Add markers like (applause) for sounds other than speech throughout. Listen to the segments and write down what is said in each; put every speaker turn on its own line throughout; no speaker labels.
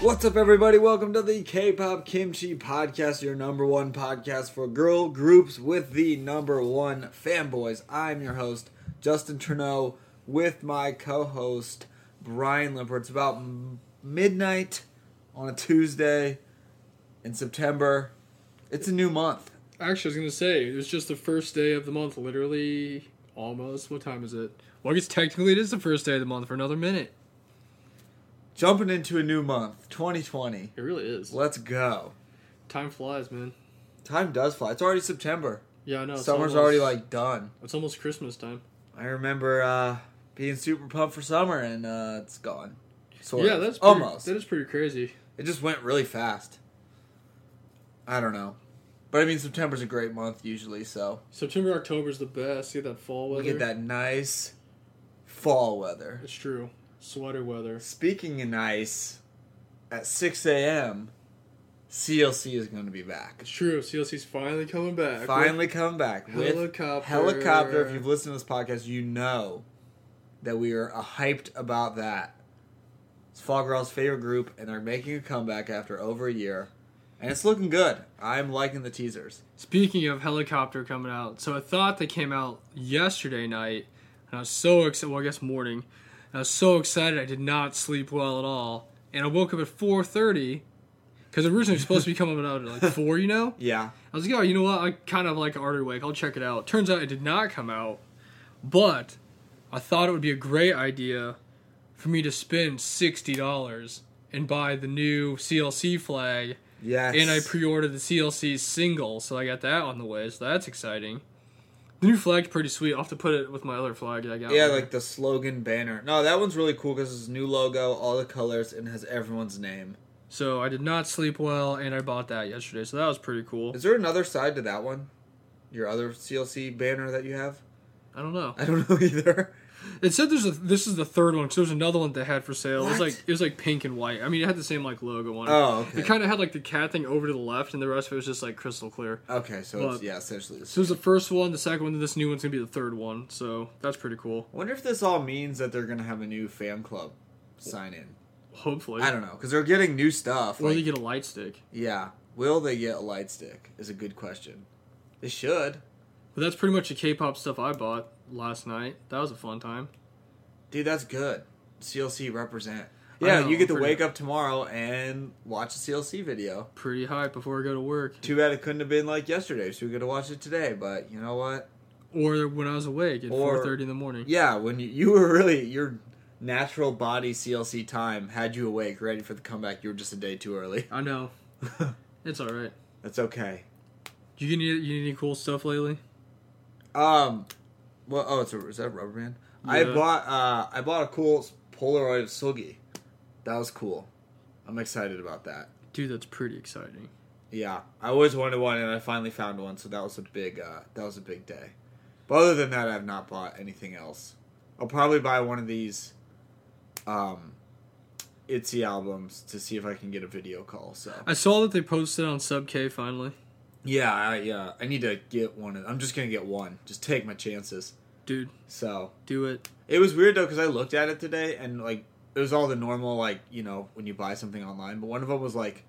What's up, everybody? Welcome to the K pop kimchi podcast, your number one podcast for girl groups with the number one fanboys. I'm your host, Justin Trudeau, with my co host, Brian Limpert. It's about m- midnight on a Tuesday in September. It's a new month.
Actually, I was gonna say it was just the first day of the month. Literally, almost. What time is it? Well, I guess technically it is the first day of the month for another minute.
Jumping into a new month, 2020.
It really is.
Let's go.
Time flies, man.
Time does fly. It's already September.
Yeah, I know. it's
Summer's
almost-
already like done.
it's almost Christmas time.
I remember uh, being super pumped for summer, and uh, it's gone. Sort
yeah,
of.
that's pretty,
almost.
That is pretty crazy.
It just went really fast. I don't know, but I mean September's a great month usually, so
September, October is the best. Get that fall weather.
we get that nice fall weather.
It's true. Sweater weather.
Speaking of nice, at six a.m., CLC is going to be back.
It's true. CLC's finally coming back.
Finally, come back with
Helicopter.
helicopter. If you've listened to this podcast, you know that we are uh, hyped about that. It's Fall Girl's favorite group, and they're making a comeback after over a year, and it's looking good. I'm liking the teasers.
Speaking of helicopter coming out, so I thought they came out yesterday night, and I was so excited. Well, I guess morning. And I was so excited. I did not sleep well at all, and I woke up at four thirty because originally it was supposed to be coming out at like four. You know,
Yeah,
I was like, oh, you know what? I kind of like already awake. I'll check it out. Turns out it did not come out, but I thought it would be a great idea for me to spend sixty dollars and buy the new CLC flag
yes.
and I pre-ordered the CLC single, so I got that on the way. So that's exciting. The new flag's pretty sweet. I'll have to put it with my other flag that I got.
yeah,
there.
like the slogan banner. No, that one's really cool because it's new logo, all the colors, and has everyone's name.
so. I did not sleep well, and I bought that yesterday, so that was pretty cool.
Is there another side to that one? Your other CLC banner that you have? (laughs)
I don't know.
I don't know either.
It said there's a this is the third one. So there's another one that they had for sale. It was
What?
like it was like pink and white. I mean, it had the same like logo on it.
Oh, okay.
It kind of had like the cat thing over to the left, and the rest of it was just like crystal clear.
Okay, so it's,
But-
yeah, essentially. the
So there's the first one, the second one, and this new one's gonna be the third one. So that's pretty cool.
I wonder if this all means that they're gonna have a new fan club sign in.
Hopefully,
I don't know because they're getting new stuff.
Or
Like,
they get a light stick.
yeah, will they get a light stick? Is a good question. They should,
But that's pretty much the K-pop stuff I bought last night. That was a fun time.
dude. That's good. CLC represent.
I
Yeah,
know,
you get to
pretty-
wake up tomorrow and watch a CLC video.
Pretty hype before I go to work,
Too bad it couldn't have been like yesterday, so we could have watched it today. But you know (laughs) what?
or when I was awake at
Or-
four thirty in the morning.
Yeah, when you, you were really your natural body CLC time had you awake, ready for the comeback. You were just a day too early. (laughs)
I know, it's all right.
That's okay.
You get any, you need any cool stuff lately?
Um, well, oh, it's a is that a rubber band? I
Yeah.
bought uh, I bought a cool Polaroid of Sugi. That was cool. I'm excited about that.
Dude, that's pretty exciting.
Yeah, I always wanted one, and I finally found one. So that was a big uh, that was a big day. But other than that, I've not bought anything else. I'll probably buy one of these, um, Itzy albums to see if I can get a video call. So
I saw that they posted on Sub K finally.
yeah, I, yeah, I need to get one. Of, I'm just gonna get one. Just take my chances.
Dude,
So
do it.
It was weird though because I looked at it today and like it was all the normal like you know when you buy something online, but one of them was like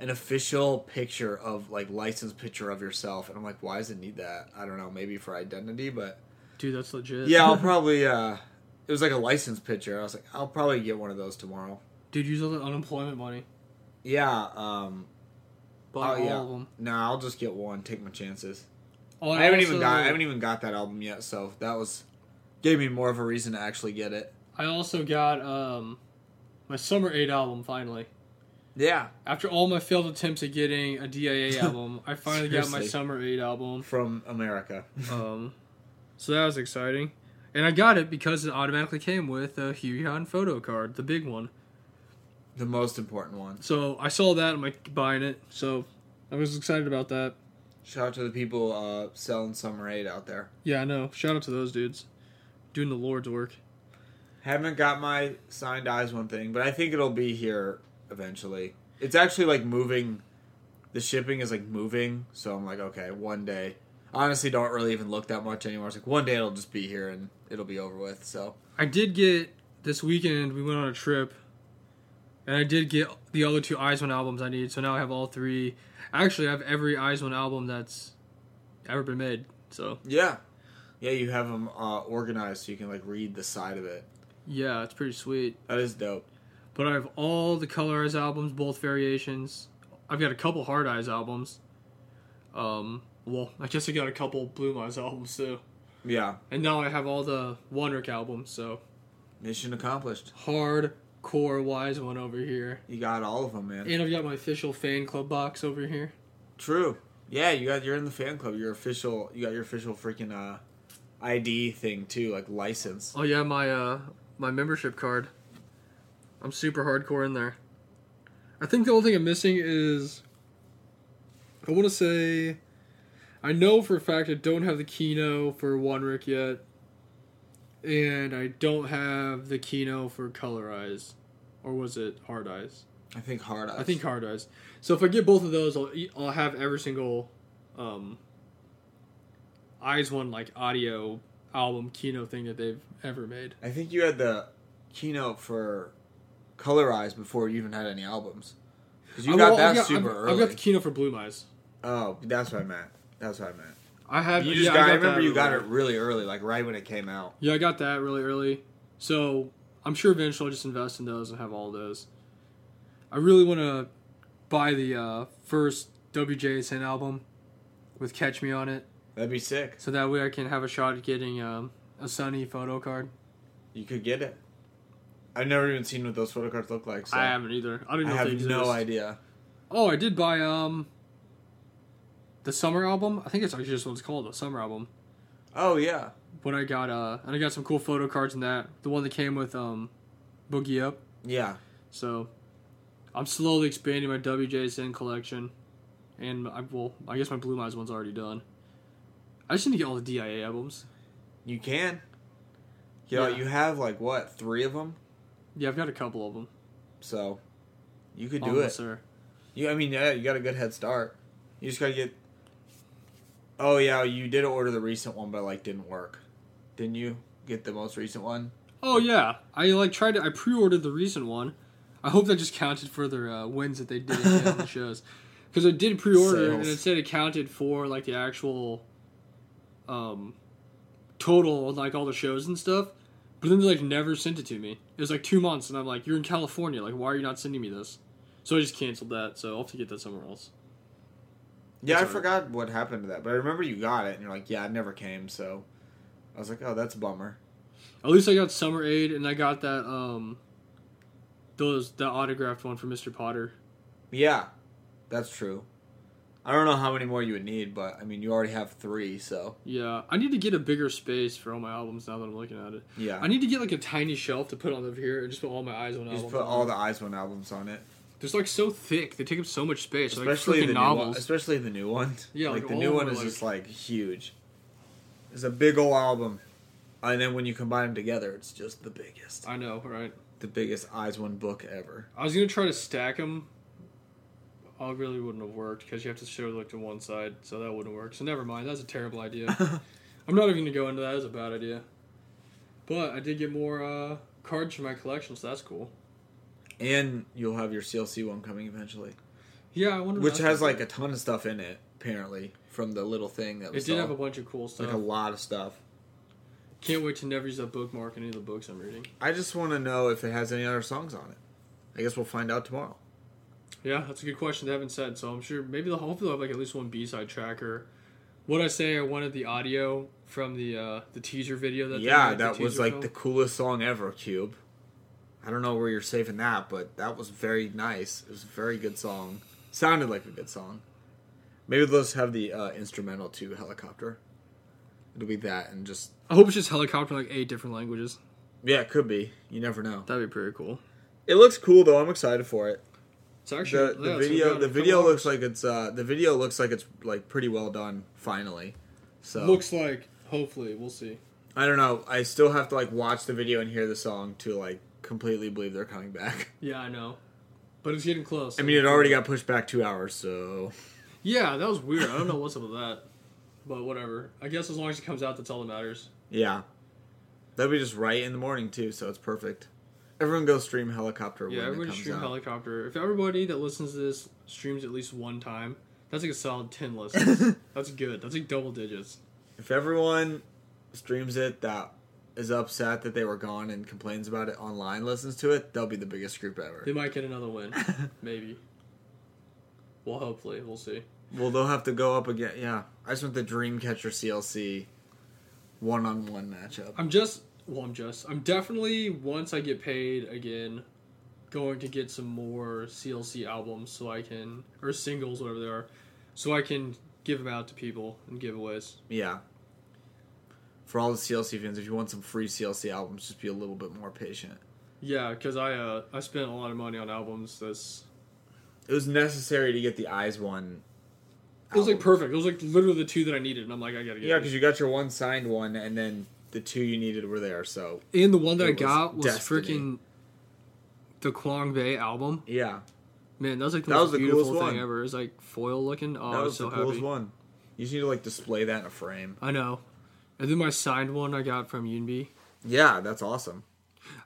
an official picture of like licensed picture of yourself, and I'm like, why does it need that? I don't know, maybe for identity,
(laughs)
but
Dude, that's legit.
yeah, I'll probably. uh It was like a licensed picture. I was like, I'll probably get one of those tomorrow.
(laughs) Dude, use all the unemployment money.
Yeah. um
Buy all
oh, yeah.
of them.
Nah, I'll just get one. Take my chances.
Oh, and
I haven't even
also-
got. I haven't even got that album yet, so that was gave me more of a reason to actually get it.
I also got um, my Summer Eight album finally.
Yeah.
After all my failed attempts at getting a
(laughs)
DIA album, I finally got my
Seriously.
Summer 8 album.
From America.
Um, so that was exciting. And I got it because it automatically came with a Hueyon photo card, the big one.
The most important one.
So I saw that, I'm like buying it. So I was excited about that.
Shout out to the people uh, selling Summer Aid out there.
Yeah, I know. Shout out to those dudes doing the Lord's work.
Haven't got my signed eyes one thing, but I think it'll be here eventually. It's actually like moving. The shipping is like moving, so I'm like, okay, one day. Honestly, don't really even look that much anymore. It's like one day it'll just be here and it'll be over with. So
I did get this weekend, we went on a trip and I did get the other two Eyes One albums I need. So now I have all three. Actually, I have every Eyes One album that's ever been made. So
Yeah. Yeah, you have them uh, organized so you can like read the side of it.
yeah, it's pretty sweet.
That is dope.
But I have all the Color Eyes albums, both variations. I've got a couple Hard Eyes albums. Um, well, I guess I got a couple Blue Eyes albums too.
Yeah,
And now I have all the Wonderk albums. So
mission accomplished.
hardcore wise one over here.
You got all of them, man.
And I've got my official fan club box over here.
True. Yeah, you got you're in the fan club. Your official, you got your official freaking uh, ID thing too, like license.
Oh yeah, my uh my membership card. I'm super hardcore in there. I think the only thing I'm missing is I want to say I know for a fact I don't have the Kino for One Rick yet. And I don't have the Kino for Color Eyes. Or was it Hard Eyes?
I think hard. Eyes.
I think Hard Eyes. So if I get both of those, I'll, e- I'll have every single um, Eyes One like audio album Kino thing that they've ever made.
I think you had the keynote for Color Eyes before you even had any albums. Because you
I-
got
Uh, well,
that
I've got-
super
I've,
early.
I've got the Kino for Blue Eyes.
oh, that's what I meant. That's what I meant.
I have.
You just
yeah,
got, I,
got
remember
that
you got it
early.
really early, like right when it came out.
Yeah, I got that really early. So I'm sure eventually I'll just invest in those and have all those. I really want to buy the uh, first WJSN album with Catch Me on it,
That'd be sick.
so that way I can have a shot at getting um, a Sunny photo card.
You could get it. I've never even seen what those photo cards look like. So
I haven't either. I
I
don't even know if
have
they exist.
no idea.
Oh, I did buy um the summer album. I think it's actually just what it's called, the summer album.
Oh yeah,
But I got uh and I got some cool photo cards in that. The one that came with um Boogie Up.
yeah.
So I'm slowly expanding my WJSN collection. And I well, I guess my Blue Eyes one's already done. I just need to get all the DIA albums.
You can. You know,
Yeah.
you have like what three of them,
Yeah, I've got a couple of them.
so you could do
on
it.
this there.
You, I mean, yeah, you got a good head start. You just gotta get. Oh yeah, you did order the recent one, but like didn't work, didn't you? Get the most recent one.
Oh yeah, I like tried to. I pre-ordered the recent one. I hope that just counted for their uh, wins that they did get on the shows, because I did pre-order and
Sales.
it said it counted for like the actual, um, total of, like all the shows and stuff. But then they like never sent it to me. It was like two months, and I'm like, "You're in California. Like, why are you not sending me this?" So I just canceled that. So I'll have to get that somewhere else.
Yeah,
That's
I
all right.
forgot what happened to that, but I remember you got it, and you're like, yeah, it never came. So I was like, oh, that's a bummer.
At least I got Summer Aid, and I got that um, those that autographed one for Mr. Potter.
Yeah, that's true. I don't know how many more you would need, but I mean, you already have three, so
Yeah, I need to get a bigger space for all my albums now that I'm looking at it.
yeah.
I need to get like a tiny shelf to put on over here and just put all my eyes on
you
albums.
just put
on
all
it.
the Eyes One albums on it,
They're like so thick. They take up so much space. They're,
especially the
like freaking
new one,
novels.
especially the new one.
Yeah,
like,
like,
the
all
new
of
one
them
is
are,
just like huge. It's a big old album, and then when you combine them together, it's just the biggest,
I know, right?
the biggest Eyes One book ever. (laughs)
I was gonna try to stack them. I really wouldn't have worked because you have to show like to one side, so that wouldn't work. So never mind. That's a
(laughs)
terrible idea. I'm not even gonna go into that. It's a bad idea. But I did get more uh, cards for my collection, so that's cool.
and you'll have your CLC one coming eventually,
Yeah, I wonder.
which has like a ton of stuff in it apparently from the little thing that we
It
saw.
did have a bunch of cool stuff.
like a lot of stuff.
Can't wait to never use that bookmark in any of the books I'm reading.
I just want to know if it has any other songs on it. I guess we'll find out tomorrow.
Yeah, that's a good question. They haven't said, so I'm sure maybe they'll hopefully they'll have like at least one B side tracker. What I say, I wanted the audio from the uh, the teaser video that they
yeah,
made, the
that was
teaser
like
film.
the coolest song ever, Cube. I don't know where you're saving that, but that was very nice. It was a very good song. Sounded like a good song. Maybe they'll just have the uh, instrumental to Helicopter. It'll be that and just
I hope it's just helicopter in like eight different languages.
yeah, it could be. You never know.
That'd be pretty cool.
It looks cool though. I'm excited for it.
It's actually
the, the
yeah, it's
video
about
the
a couple
video
hours.
looks like it's uh the video looks like it's like pretty well done finally so
looks like hopefully we'll see.
i don't know i still have to like watch the video and hear the song to like completely believe they're coming back (laughs)
Yeah, I know, but it's getting close.
i mean it already got pushed back two hours so
Yeah, that was weird. I don't know what's up with that, but whatever. I guess as long as it comes out, that's all that matters.
yeah that'll be just right in the morning too so it's perfect Everyone go stream Helicopter
Yeah,
when it
everybody
comes
stream
out.
helicopter. If everybody that listens to this streams at least one time, that's like a
(laughs)
solid ten listens. that's good. That's like double digits.
if everyone streams it that is upset that they were gone and complains about it online, listens to it, they'll be the biggest group ever.
They might get another win, maybe. Well, hopefully, we'll see.
(laughs) Well, they'll have to go up again. Yeah, I just want the Dreamcatcher CLC one-on-one matchup.
I'm just, well, I'm just, I'm definitely once I get paid again, going to get some more CLC albums so I can or singles, whatever they are, so I can give them out to people and giveaways.
Yeah. For all the CLC fans, if you want some free CLC albums, just be a little bit more patient.
Yeah, because I uh, I spent a lot of money on albums. This
It was necessary to get the Eyes one.
it was like
album.
perfect. It was like literally the two that I needed, and I'm like, I gotta get.
Yeah,
these.
because you got your one signed one, and then the two you needed were there. So
And the one that
It
I
was
got was
destiny.
freaking the Kwang Bay album.
yeah,
Man, that was like the
That
most
was the
beautiful
coolest
thing
one.
ever. It was like foil looking. Oh,
that
I
was
was so
the coolest
happy.
one. You just need to like display that in a frame.
I know. And then my signed one I got from Yunbi.
Yeah, that's awesome.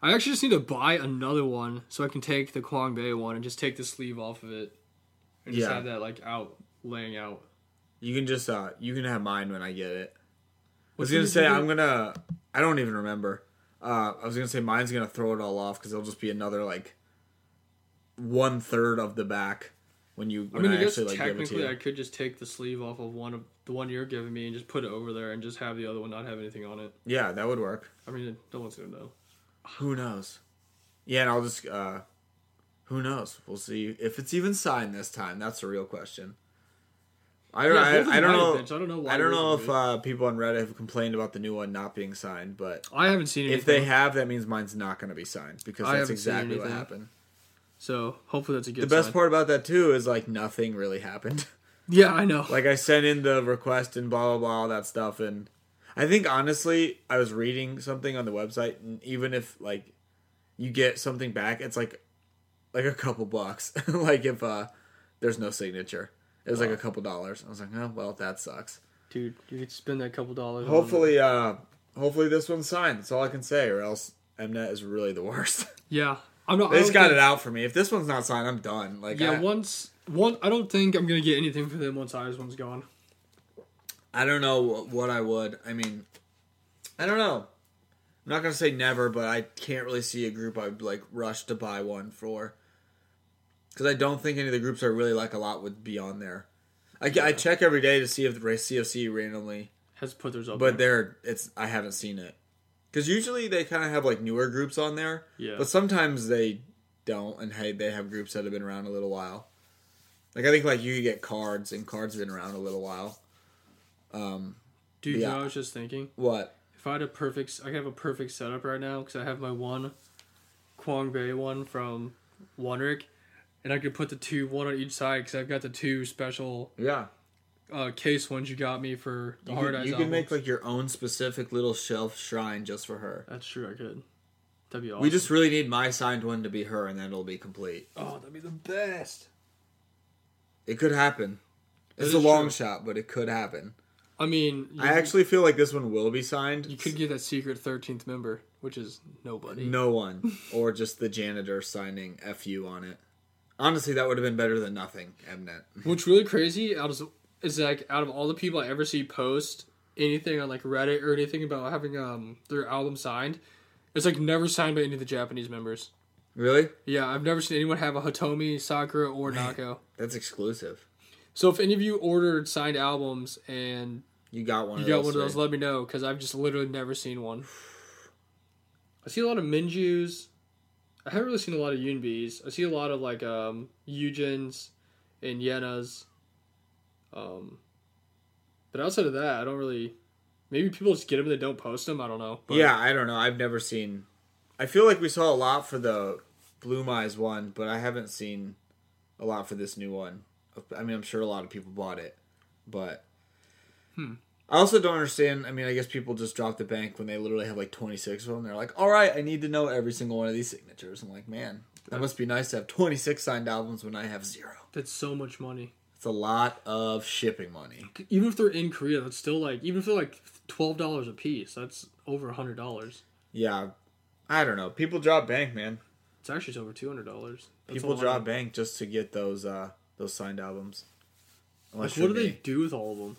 I actually just need to buy another one so I can take the Kwang Bay one and just take the sleeve off of it and just
Yeah.
have that like out laying out.
You can just uh, you can have mine when I get it. I was
What's
gonna
the-
say I'm gonna. I don't even remember. Uh, I was gonna say mine's gonna throw it all off because it'll just be another like one third of the back when you
I
when I,
mean, I guess
actually like give it to
technically
you.
I could just take the sleeve off of one of the one you're giving me and just put it over there and just have the other one not have anything on it.
Yeah, that would work.
I mean, no one's gonna know.
Who knows? Yeah, and I'll just. uh Who knows? We'll see if it's even signed this time. That's the real question. I don't.
Yeah, both of
I, I don't
them might have
know.
been, so I don't know why
I don't
yours
know
would
if
be.
uh, people on Reddit have complained about the new one not being signed, but
I haven't seen anything.
uh, if they have, that means mine's not going to be signed because
I
that's
haven't seen
exactly what
anything.
happened.
so hopefully that's a good.
The best
sign.
part about that too is like nothing really happened. (laughs)
Yeah, I know.
like I sent in the request and blah blah blah all that stuff, and I think honestly I was reading something on the website, and even if like you get something back, it's like like a couple bucks. (laughs) like if uh there's no signature, it was like a couple dollars. I was like, oh well, that sucks.
Dude, you could spend that couple dollars. on
Hopefully, uh hopefully this one's signed. That's all I can say, or else Mnet is really the worst. (laughs)
it. yeah, I'm not. I
They just
don't
got
think-
it out for me. If this one's not signed, I'm done. Like,
Oh, Yeah,
I,
once one, I don't think I'm gonna get anything from them once Iris one's gone.
I don't know wh- what I would. I mean, I don't know. I'm not gonna say never, but I can't really see a group I'd like rush to buy one for. Because I don't think any of the groups I really like a lot would be on there. I, I check every day to see if the ra- CFC randomly,
Has put theirs up.
but
there.
there it's I haven't seen it. Because usually they kind of have like newer groups on there,
Yeah.
but sometimes they don't. And hey, they have groups that have been around a little while. Like I think like you could get cards, and cards have been around a little while. Um,
dude, you know
yeah.
what I was just thinking
what?
if I had a perfect, s- I have a perfect setup right now because I have my one Kwang Bay one from Wanrick, and I could put the two one on each side because I've got the two special
Yeah.
uh, case ones you got me for the
You,
hard
could,
eyes.
you could make
albums.
like your own specific little shelf shrine just for her.
that's true. I could. That'd be awesome.
We just really need my signed one to be her, and then it'll be complete.
oh, that'd be the best.
It could happen. It's
is
a long
true.
shot, but it could happen.
I mean, you
I actually feel like this one will be signed.
You could get that secret 13th member, which is nobody.
no
(laughs)
one, or just the janitor signing "fu" on it. Honestly, that would have been better than nothing. Mnet.
What's really crazy out of, is like out of all the people I ever see post anything on like Reddit or anything about having um their album signed, it's like never signed by any of the Japanese members.
Really?
Yeah, I've never seen anyone have a Hatomi, Sakura, or Nako.
That's exclusive.
So if any of you ordered signed albums and
You got one.
you
of
got
those
one of those,
three.
let me know because I've just literally never seen one. I see a lot of Minju's. I haven't really seen a lot of Yunbi's. I see a lot of like um Yujin's and Yena's. Um, but outside of that, I don't really. Maybe people just get them and they don't post them. I don't know. But
yeah, I don't know. I've never seen. I feel like we saw a lot for the Bloom Eyes one, but I haven't seen a lot for this new one. I mean, I'm sure a lot of people bought it, but I also don't understand. I mean, I guess people just drop the bank when they literally have like 26 of them. They're like, "All right, I need to know every single one of these signatures." I'm like, man, that must be nice to have 26 signed albums when I have zero.
that's so much money.
It's a lot of shipping money.
Even if they're in Korea, that's still like even if they're like twelve dollars a piece, that's over a hundred dollars.
Yeah, I don't know. People drop bank, man.
It's actually just over two hundred dollars.
People drop bank just to get those uh those signed albums.
Like,
Unless
what do
you're
they
me.
do with all of them?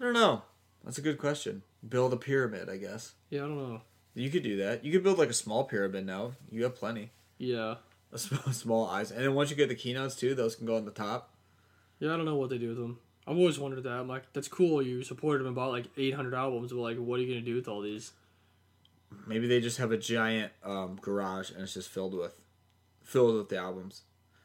I don't know. That's a good question. Build a pyramid, I guess.
Yeah, I don't know.
You could do that. You could build like a small pyramid now. You have plenty. (laughs)
Yeah,
A small, small eyes, and then once you get the keynotes too, those can go on the top.
yeah, I don't know what they do with them. I've always wondered that. I'm like, that's cool. You supported them and bought like eight hundred albums, but like, what are you gonna do with all these?
Maybe they just have a giant um, garage and it's just filled with filled with the albums.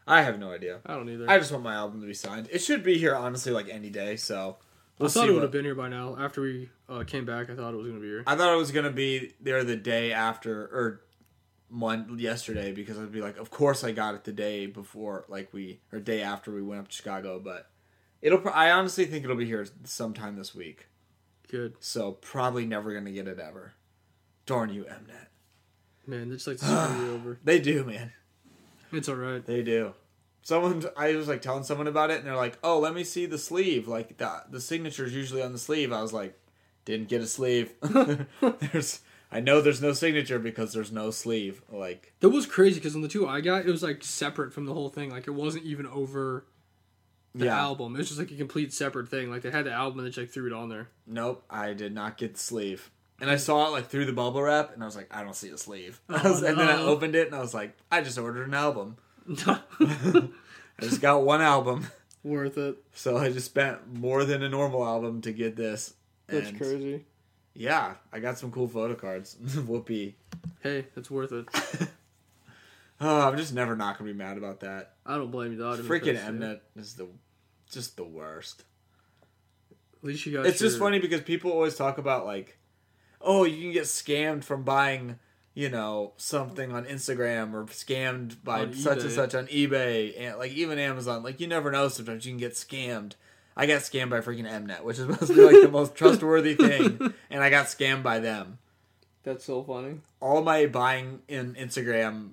I have no idea.
I don't either.
I just want my album to be signed. It should be here honestly like any day. So we'll
I thought
see
it would
what-
have been here by now. After we uh, came back, I thought it was gonna be here.
I thought it was gonna be there the day after or one yesterday because I'd be like, of course I got it the day before, like we or day after we went up to Chicago. But it'll. pro- I honestly think it'll be here sometime this week.
Good
So probably never gonna get it ever. Darn you, Mnet.
man, they just like to screw
(sighs)
you over.
They do, man.
It's all right.
They do. Someone, I was like telling someone about it, and they're like, "Oh, let me see the sleeve. Like the the signature's usually on the sleeve." I was like, "Didn't get a sleeve." (laughs) there's, I know there's no signature because there's no sleeve. Like
That was crazy because on the two I got, it was like separate from the whole thing. Like it wasn't even over the
yeah,
album. It was just like a complete separate thing. Like they had the album and they just like threw it on
(laughs)
there. (laughs)
nope, I did not get the sleeve. And I saw it like through the bubble wrap, and I was like, "I don't see a sleeve." (laughs) I was, And then I
Oh, no.
opened it, and I was like, "I just ordered an album. I just got one album." (laughs)
Worth it.
So I just spent more than a normal album to get this.
That's
And,
crazy.
Yeah, I got some cool photo cards. (laughs) Whoopee.
Hey, that's worth it.
Oh, I'm just never not gonna be mad about that.
I don't blame you. Though. I'd have been
Freaking
pissed, too.
Mnet is the just the worst.
At least you got.
It's just
your-
funny because people always talk about like, oh, you can get scammed from buying, you know, something on Instagram or scammed by
On
such and
eBay.
such on eBay and like even Amazon. Like you never know. Sometimes you can get scammed. I got scammed by freaking Mnet, which is (laughs) supposed to be like the most trustworthy
(laughs)
thing, and I got scammed by them.
That's so funny.
all my buying in Instagram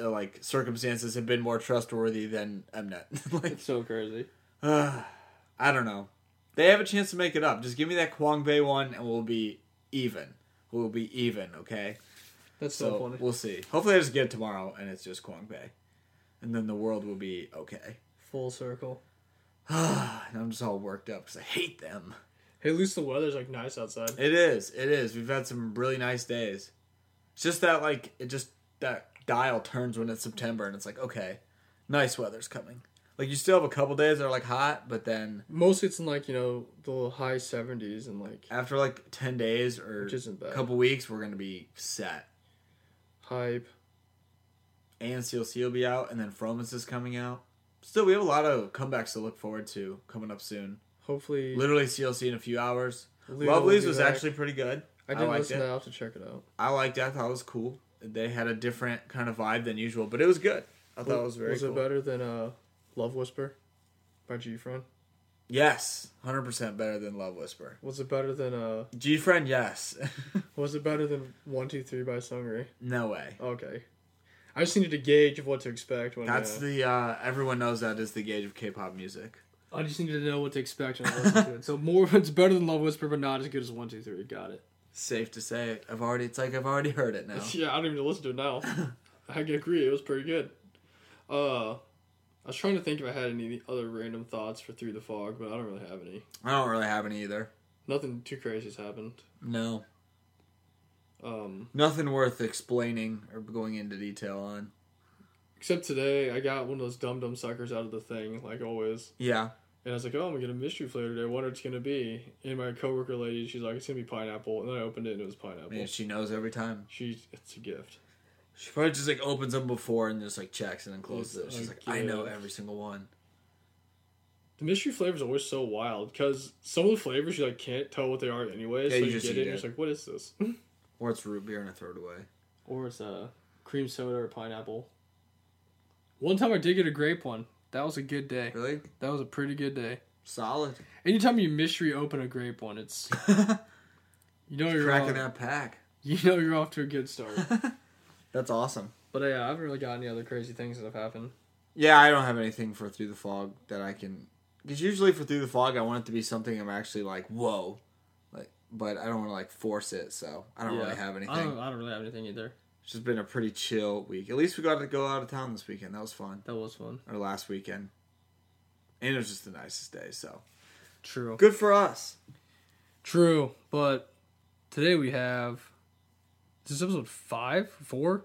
uh, like circumstances have been more trustworthy than Mnet. (laughs) like,
It's so crazy.
uh, I don't know. They have a chance to make it up. Just give me that Kwang Bei one, and we'll be even. We'll be even. Okay.
That's so,
So
funny.
we'll see. Hopefully, I just get it tomorrow, and it's just Kwang Bei, and then the world will be okay. (sighs)
Full circle.
and I'm just all worked up because I hate them.
Hey, at least the weather's like nice outside.
It is. It is. We've had some really nice days. It's just that like it just that dial turns when it's September and it's like, okay, nice weather's coming. Like you still have a couple days that are like hot, but then
Mostly it's in like you know the high seventies and like
after like ten days or
Which isn't
a
bad.
couple weeks, we're gonna be set.
hype.
And CLC will be out, and then Fromus is coming out. Still, we have a lot of comebacks to look forward to coming up soon.
Hopefully,
Literally CLC in a few hours.
Leo will
Lovely's
be
was
back.
actually pretty good.
I didn't
liked
listen.
it.
To that. I'll have to check it out.
I liked it. I thought it was cool. They had a different kind of vibe than usual, but it was good. I thought it was very
Was
cool.
it better than uh, Love Whisper by G Friend?
yes, hundred percent better than Love Whisper.
Was it better than uh?
G friend, yes. (laughs)
Was it better than One Two Three by Sungri?
no way.
Okay, I just needed a gauge of what to expect when.
That's
uh,
the uh, everyone knows that is the gauge of K-pop music.
I just needed to know what to expect when I listened to it. So more, (laughs) it's better than Love Whisper, but not as good as One Two Three. Got it.
Safe to say, it. I've already. It's like I've already heard it (laughs) now.
(laughs) Yeah, I don't even need to listen to it now. I agree. It was pretty good. Uh, I was trying to think if I had any other random thoughts for Through the Fog, but I don't really have any.
I don't really have any either.
Nothing too crazy has happened.
No,
Um,
nothing worth explaining or going into detail on.
except today, I got one of those dum dum suckers out of the thing, like always.
Yeah,
And I was like, oh, I'm going to mystery flavor today. What it's going to be? And my coworker lady, she's like, it's going to be pineapple. And then I opened it and it was pineapple.
man, she knows every time.
She, it's a gift.
She probably just like opens them before and just like checks and then closes it. She's like, I know
Okay.
every single one.
The mystery flavors are always so wild because some of the flavors you like can't tell what they are anyway.
Yeah,
so
you
you,
just
get
eat
it and
it.
you're just like, what is this?
Or it's root beer and I throw it away.
or it's a cream soda or pineapple. One time I did get a grape one. That was a good day.
Really?
That was a pretty good day.
Solid.
Anytime you mystery open a grape one, it's you know you're
Cracking
off,
that pack.
(laughs) you know you're off to a good start.
That's awesome.
but uh, yeah, I haven't really got any other crazy things that have happened.
Yeah, I don't have anything for Through the Fog that I can. Because usually for Through the Fog, I want it to be something I'm actually like, whoa. Like, but I don't want to like force it, so I don't really have anything.
I don't, I don't really have anything either.
It's just been a pretty chill week. At least we got to go out of town this weekend. That was fun.
That was fun.
Or last weekend. And it was just the nicest day, so
True.
good for us.
True. But today we have. Is this episode five? Four?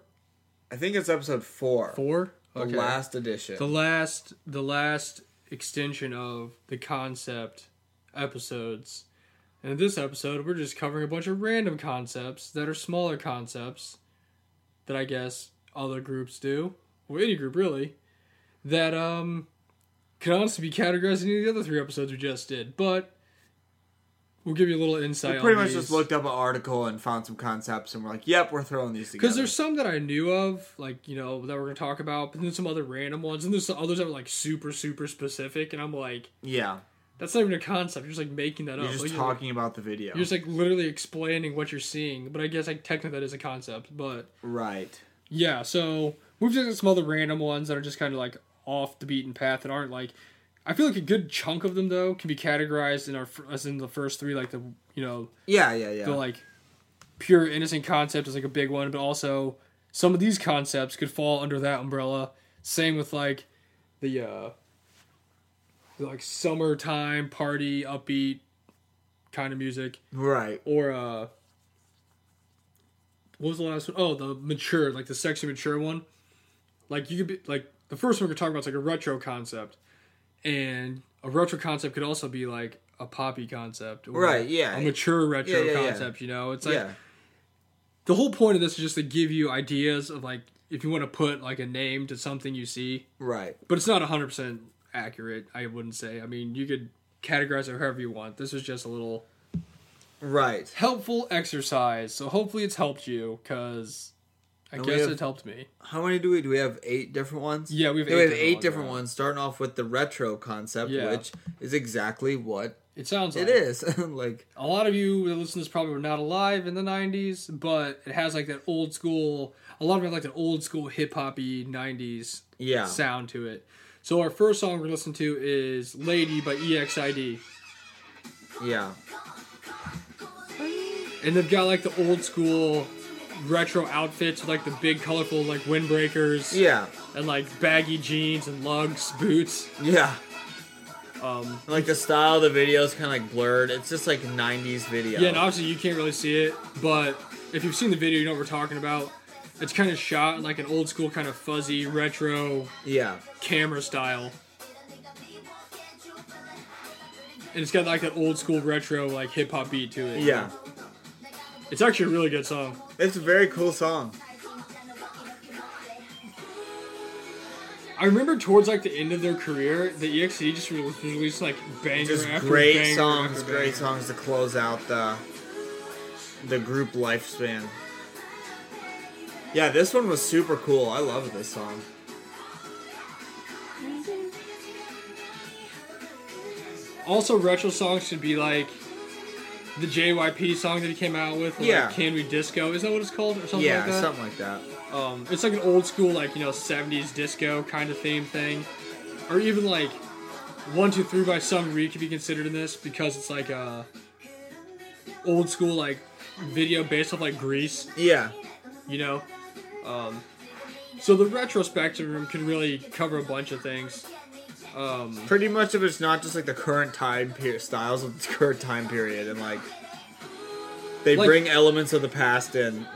I think it's episode four,
Four?
the last edition.
the last the last extension of the concept episodes and in this episode we're just covering a bunch of random concepts that are smaller concepts that i guess other groups do or any group really that um can honestly be categorized in any of the other three episodes we just did but we'll give you a little insight
we pretty
on
much just
these.
looked up an article and found some concepts, and we're like, "Yep, we're throwing these together."
Because there's some that I knew of, like, you know, that we're going to talk about, but then some other random ones, and there's some others that were, like, super, super specific, and I'm like,
yeah,
that's not even a concept. You're just, like, making that
you're
up.
just
Like, you're,
talking about the video,
Oh, you're just, like, literally explaining what you're seeing, but I guess, like, technically that is a concept. But,
right?
yeah, so we've just got some other random ones that are just kind of, like, off the beaten path that aren't, like, I feel like a good chunk of them, though, can be categorized in our, fir- as in the first three, like, the, you know,
Yeah, yeah, yeah.
the like pure innocent concept is like a big one, but also some of these concepts could fall under that umbrella. Same with like the uh the like summertime party upbeat kind of music
right.
or uh what was the last one? Oh, the mature, like the sexy mature one. Like you could be like the first one we're talking about is like a retro concept, and a retro concept could also be like a poppy concept, or
Right, yeah.
a mature retro
Yeah, yeah, yeah.
concept. You know, it's like
yeah,
the whole point of this is just to give you ideas of like if you want to put like a name to something you see,
right.
but it's not hundred percent accurate. I wouldn't say. I mean, you could categorize it however you want. This is just a little
Right.
helpful exercise. So hopefully it's helped you because I
And we
guess
have-
it helped me.
How many do we do? We have eight different ones.
Yeah, we have
Yeah,
eight
we have
different
eight
ones,
different
yeah.
ones. Starting off with the retro concept,
Yeah.
which is exactly what
It sounds
it
like
is. (laughs) like,
a lot of you that listen to this probably were not alive in the 90s, but it has like that old school, a lot of it has, like that old school hip hoppy 90s
yeah,
sound to it. So our first song we're listening to is Lady by E EXID.
yeah,
And they've got like the old school retro outfits with like the big colorful like windbreakers
yeah,
and like baggy jeans and lugs, boots.
yeah.
Um,
Like the style of the video is kind of like blurred. It's just like '90s video.
Yeah, and obviously you can't really see it, but if you've seen the video, you know what we're talking about. It's kind of shot in, like an old school kind of fuzzy retro
yeah,
camera style, and it's got like that old school retro like hip hop beat to it.
yeah.
it's actually a really good song.
It's a very cool song.
I remember towards like the end of their career, the EXE just re- was released like banger
Just
after
great
banger
songs,
after
great
banger.
songs to close out the the group lifespan. Yeah, this one was super cool. I love this song.
Also, retro songs should be like the JYP song that he came out with, like,
Yeah.
"Can We Disco?" Is that what it's called, or something
yeah,
like that?
something like that.
Um, it's like an old school, like you know, '70s disco kind of theme thing, or even like "One Two Three by Sung Ri could be considered in this because it's like a old school like video based off like Grease,
Yeah,
you know. Um, so the retro spectrum can really cover a bunch of things. Um,
pretty much if it's not just like the current time period styles of the (laughs) current time period and like they
Like-
bring elements of the past in.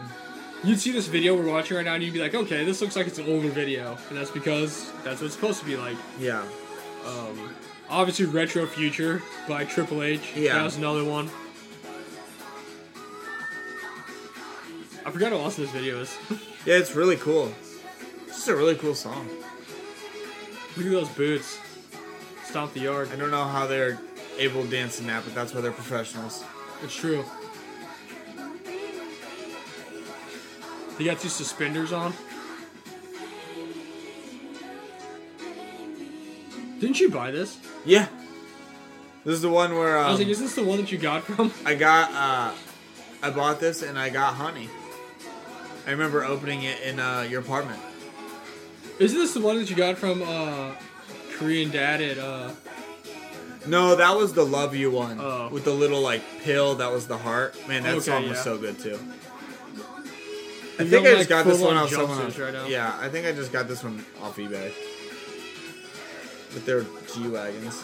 you'd see this video we're watching right now, and you'd be like, "Okay, this looks like it's an older video," and that's because that's what it's supposed to be like.
Yeah,
Um, obviously, Retro Future by Triple H.
Yeah.
That was another one. I forgot how awesome this video is. (laughs)
yeah, it's really cool. It's just a really cool song.
Look at those boots. Stomp the yard.
I don't know how they're able to dance in that, but that's why they're professionals.
It's true. They got these suspenders on. Didn't you buy this?
Yeah, this is the one where um,
I was like, is this the one that you got from? (laughs)
I got uh I bought this and I got honey. I remember opening it in uh, your apartment.
Isn't this the one that you got from uh, Korean Dad at uh,
No, that was the Love You one
Oh.
with the little like pill. That was the heart. Man, that
Okay,
song was
yeah.
so good too. I
You
think
don't
I just
like
got this
full-on
one off someone.
jumpsuits
on-
right now?
Yeah, I think I just got this one off eBay. But they're G wagons.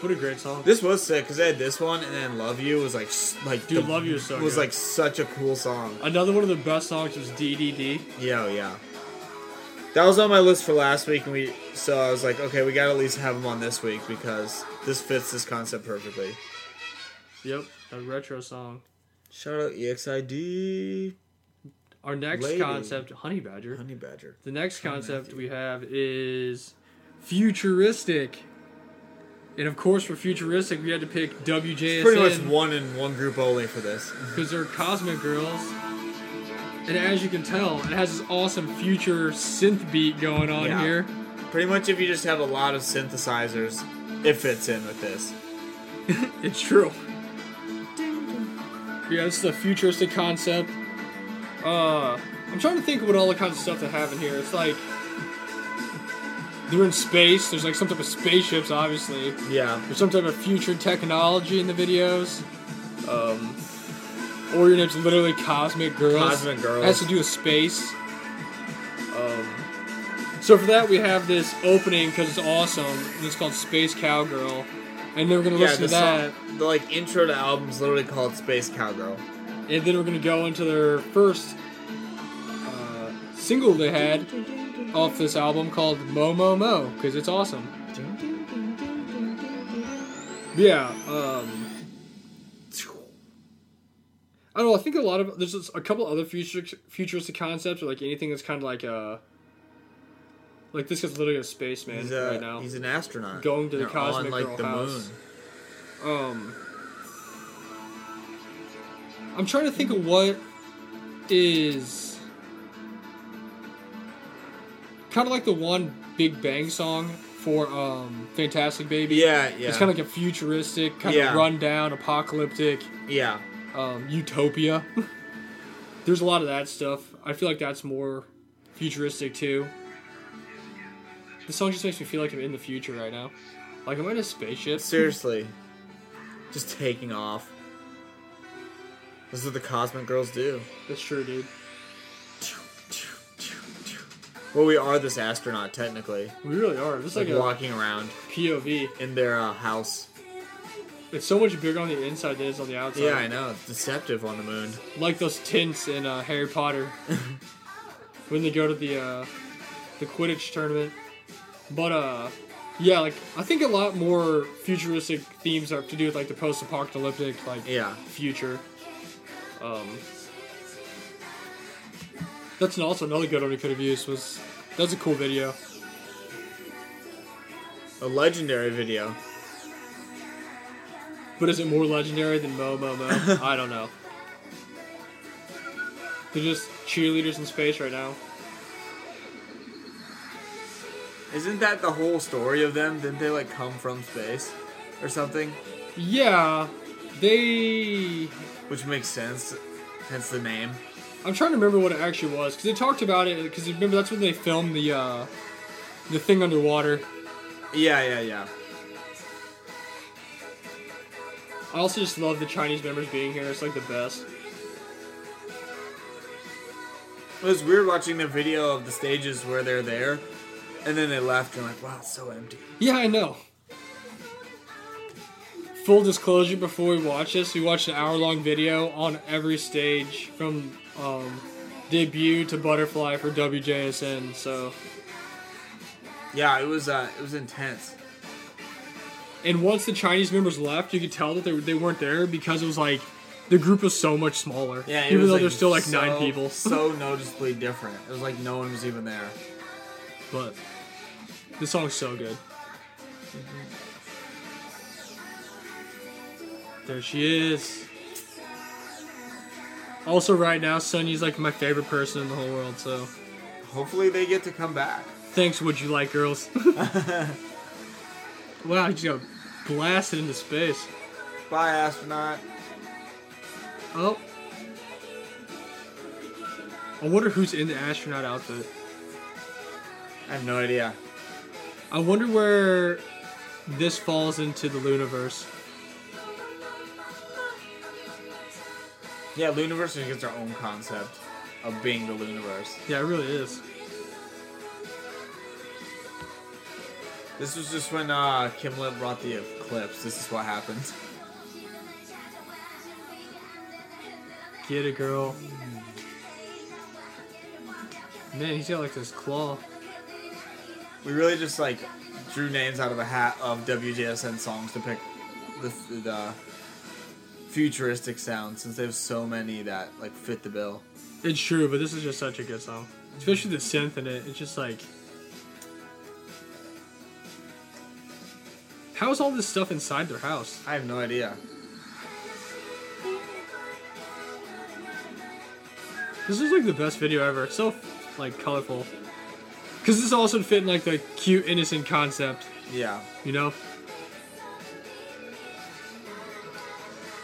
What a great song.
This was sick because I had this one and then Love You was like s- like
Dude, Love You is so
was
good.
like such a cool song.
Another one of the best songs was DDD.
Yeah, oh, yeah. That was on my list for last week, and we so I was like, okay, we gotta at least have them on this week because this fits this concept perfectly.
Yep, a retro song.
Shout out E EXID
Our next
Lady.
concept, Honey Badger.
Honey Badger.
The next
Sean
concept
Matthew.
we have is futuristic. And of course, for futuristic, we had to pick
Pretty much
WJSN
one in one group only for this.
because they're Cosmic Girls. And as you can tell, it has this awesome future synth beat going on
Yeah.
here.
Pretty much, if you just have a lot of synthesizers, it fits in with this.
It's true. Yeah, this is a futuristic concept. Uh, I'm trying to think of what all the kinds of stuff they have in here. It's like they're in space. There's like some type of spaceships, obviously.
Yeah,
There's some type of future technology in the videos. Um, or your name's literally Cosmic Girls.
Cosmic Girls.
It has to do with space. Um, so for that, we have this opening because it's awesome. and It's called Space Cowgirl. And then we're going to
yeah.
listen
The,
to that.
song, the like intro to album's literally called Space Cowgirl.
And then we're going to go into their first uh, single they had off this album called Mo Mo Mo because it's awesome. Yeah. Um, I don't know. I think a lot of there's just a couple other future, futuristic concepts, or like anything that's kind of like uh like this is literally a spaceman
He's, a,
right now.
he's an astronaut
Going to the
They're all on,
Cosmic
like
Girl
the
house.
moon.
Um, I'm trying to think of what is kind of like the one Big Bang song for um Fantastic Baby.
Yeah, yeah.
It's kind of like a futuristic, kind
Yeah.
of rundown, apocalyptic
yeah.
um, utopia. (laughs) There's a lot of that stuff. I feel like that's more futuristic too. The song just makes me feel like I'm in the future right now. Like I'm in a spaceship.
Seriously. Just taking off. This is what the Cosmic Girls do.
That's true, dude.
Well, we are this astronaut, technically.
We really are. This is
Like
like, a
walking around
POV.
in their uh, house.
It's so much bigger on the inside than it is on the outside.
Yeah, I know. It's deceptive on the moon.
Like those tints in uh, Harry Potter
(laughs)
when they go to the uh, the Quidditch tournament. But uh, yeah, like I think a lot more futuristic themes are to do with like the post-apocalyptic like
Yeah.
future. Um, that's an, also another good one we could have used was that's a cool video.
A legendary video.
But is it more legendary than Mo Mo Mo? (laughs) I don't know. They're just cheerleaders in space right now.
Isn't that the whole story of them? Didn't they, like, come from space or something?
Yeah, they.
Which makes sense, hence the name.
I'm trying to remember what it actually was because they talked about it. Because remember that's when they filmed the uh, the thing underwater.
Yeah, yeah, yeah.
I also just love the Chinese members being here. It's like the best.
It was weird watching the video of the stages where they're there, and then they left, and like, wow, it's so empty.
Yeah, I know. Full disclosure before we watch this, we watched an hour long video on every stage from um, debut to butterfly for WJSN. So,
Yeah, it was uh, it was intense.
and once the Chinese members left, you could tell that they, they weren't there because it was like the group was so much smaller.
Yeah, it
even
was
though
like
there's still like
so- (laughs)
nine people.
so noticeably different. It was like no one was even there.
But this song's so good. There she is. Also, right now, Sunny's like my favorite person in the whole world. So,
Hopefully, they get to come back.
thanks. Would you like girls? wow, he just got blasted into space.
Bye, astronaut.
Oh, I wonder who's in the astronaut outfit.
I have no idea.
I wonder where this falls into the Luniverse.
Yeah, Luniverse just gets their own concept of being the Luniverse.
Yeah, it really is.
This was just when uh, Kim Lin brought the clips. This is what (laughs) happens.
Get it, girl. Man, he's got like this claw.
We really just like drew names out of a hat of WJSN songs to pick the, the futuristic sound since they have so many that like fit the bill.
It's true, but this is just such a good song. Especially the synth in it. It's just like. How is all this stuff inside their house?
I have no idea.
This is like the best video ever. It's so like colorful. Cause this also fit in like the cute, innocent concept,
Yeah,
you know.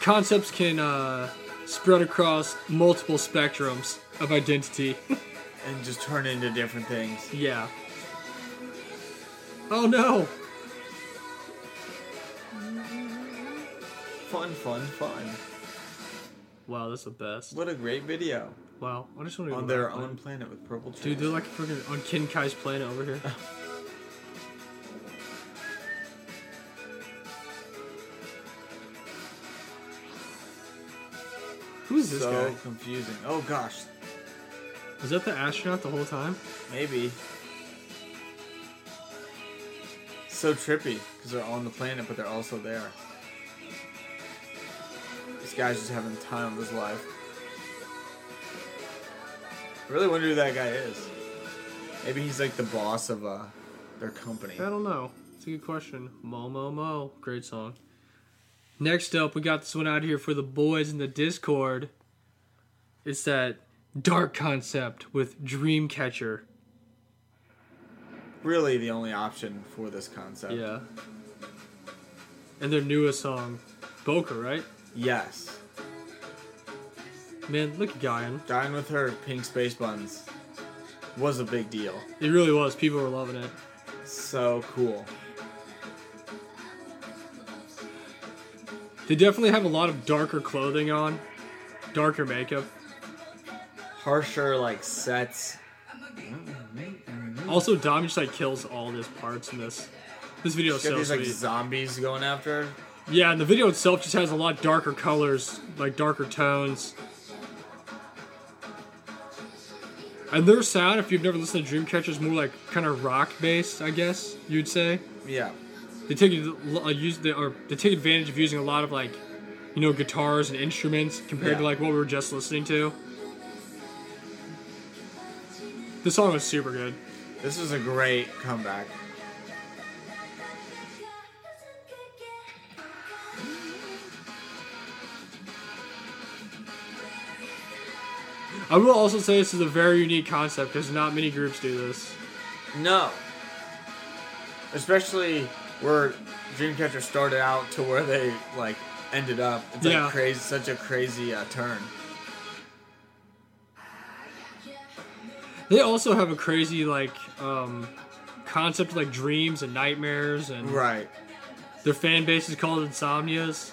Concepts can uh, spread across multiple spectrums
(laughs)
of identity.
and just turn into different things.
yeah. Oh no!
Fun, fun, fun.
Wow, that's the best.
What a great video
Wow, I just want to go
on
to
their
that planet.
own planet with purple trees.
Dude, they're like freaking on Kin Kai's planet over here.
Oh.
Who's this
so
guy?
confusing. Oh gosh,
Was that the astronaut the whole time?
Maybe. So trippy because they're on the planet, but they're also there. This guy's just having the time of his life. I really wonder who that guy is. Maybe he's like the boss of uh, their company.
I don't know. It's a good question. Mo Mo Mo. Great song. Next up, we got this one out here for the boys in the Discord. It's that dark concept with Dreamcatcher.
Really, the only option for this concept.
Yeah. And their newest song, Boca, right?
Yes.
Man, look at Guyan.
Dying with her pink space buns was a big deal.
It really was. People were loving it.
So cool.
They definitely have a lot of darker clothing on, darker makeup.
Harsher, like, sets.
Also, Dom just like kills all his parts in this. This video is
Got
so
these like
sweet.
zombies going after. her.
yeah, and the video itself just has a lot darker colors, like darker tones. And their sound, if you've never listened to Dreamcatcher, is more like kind of rock based, I guess you'd say.
Yeah,
they take ad- uh, use they, or they take advantage of using a lot of like you know guitars and instruments compared to
Yeah.
like what we were just listening to. The song was super good.
this was a great comeback.
I will also say this is a very unique concept because not many groups do this.
No, especially where Dreamcatcher started out to where they like ended up. It's like
Yeah.
crazy, such a crazy uh, turn.
They also have a crazy like um, concept like dreams and nightmares and
Right.
their fan base is called Insomnias.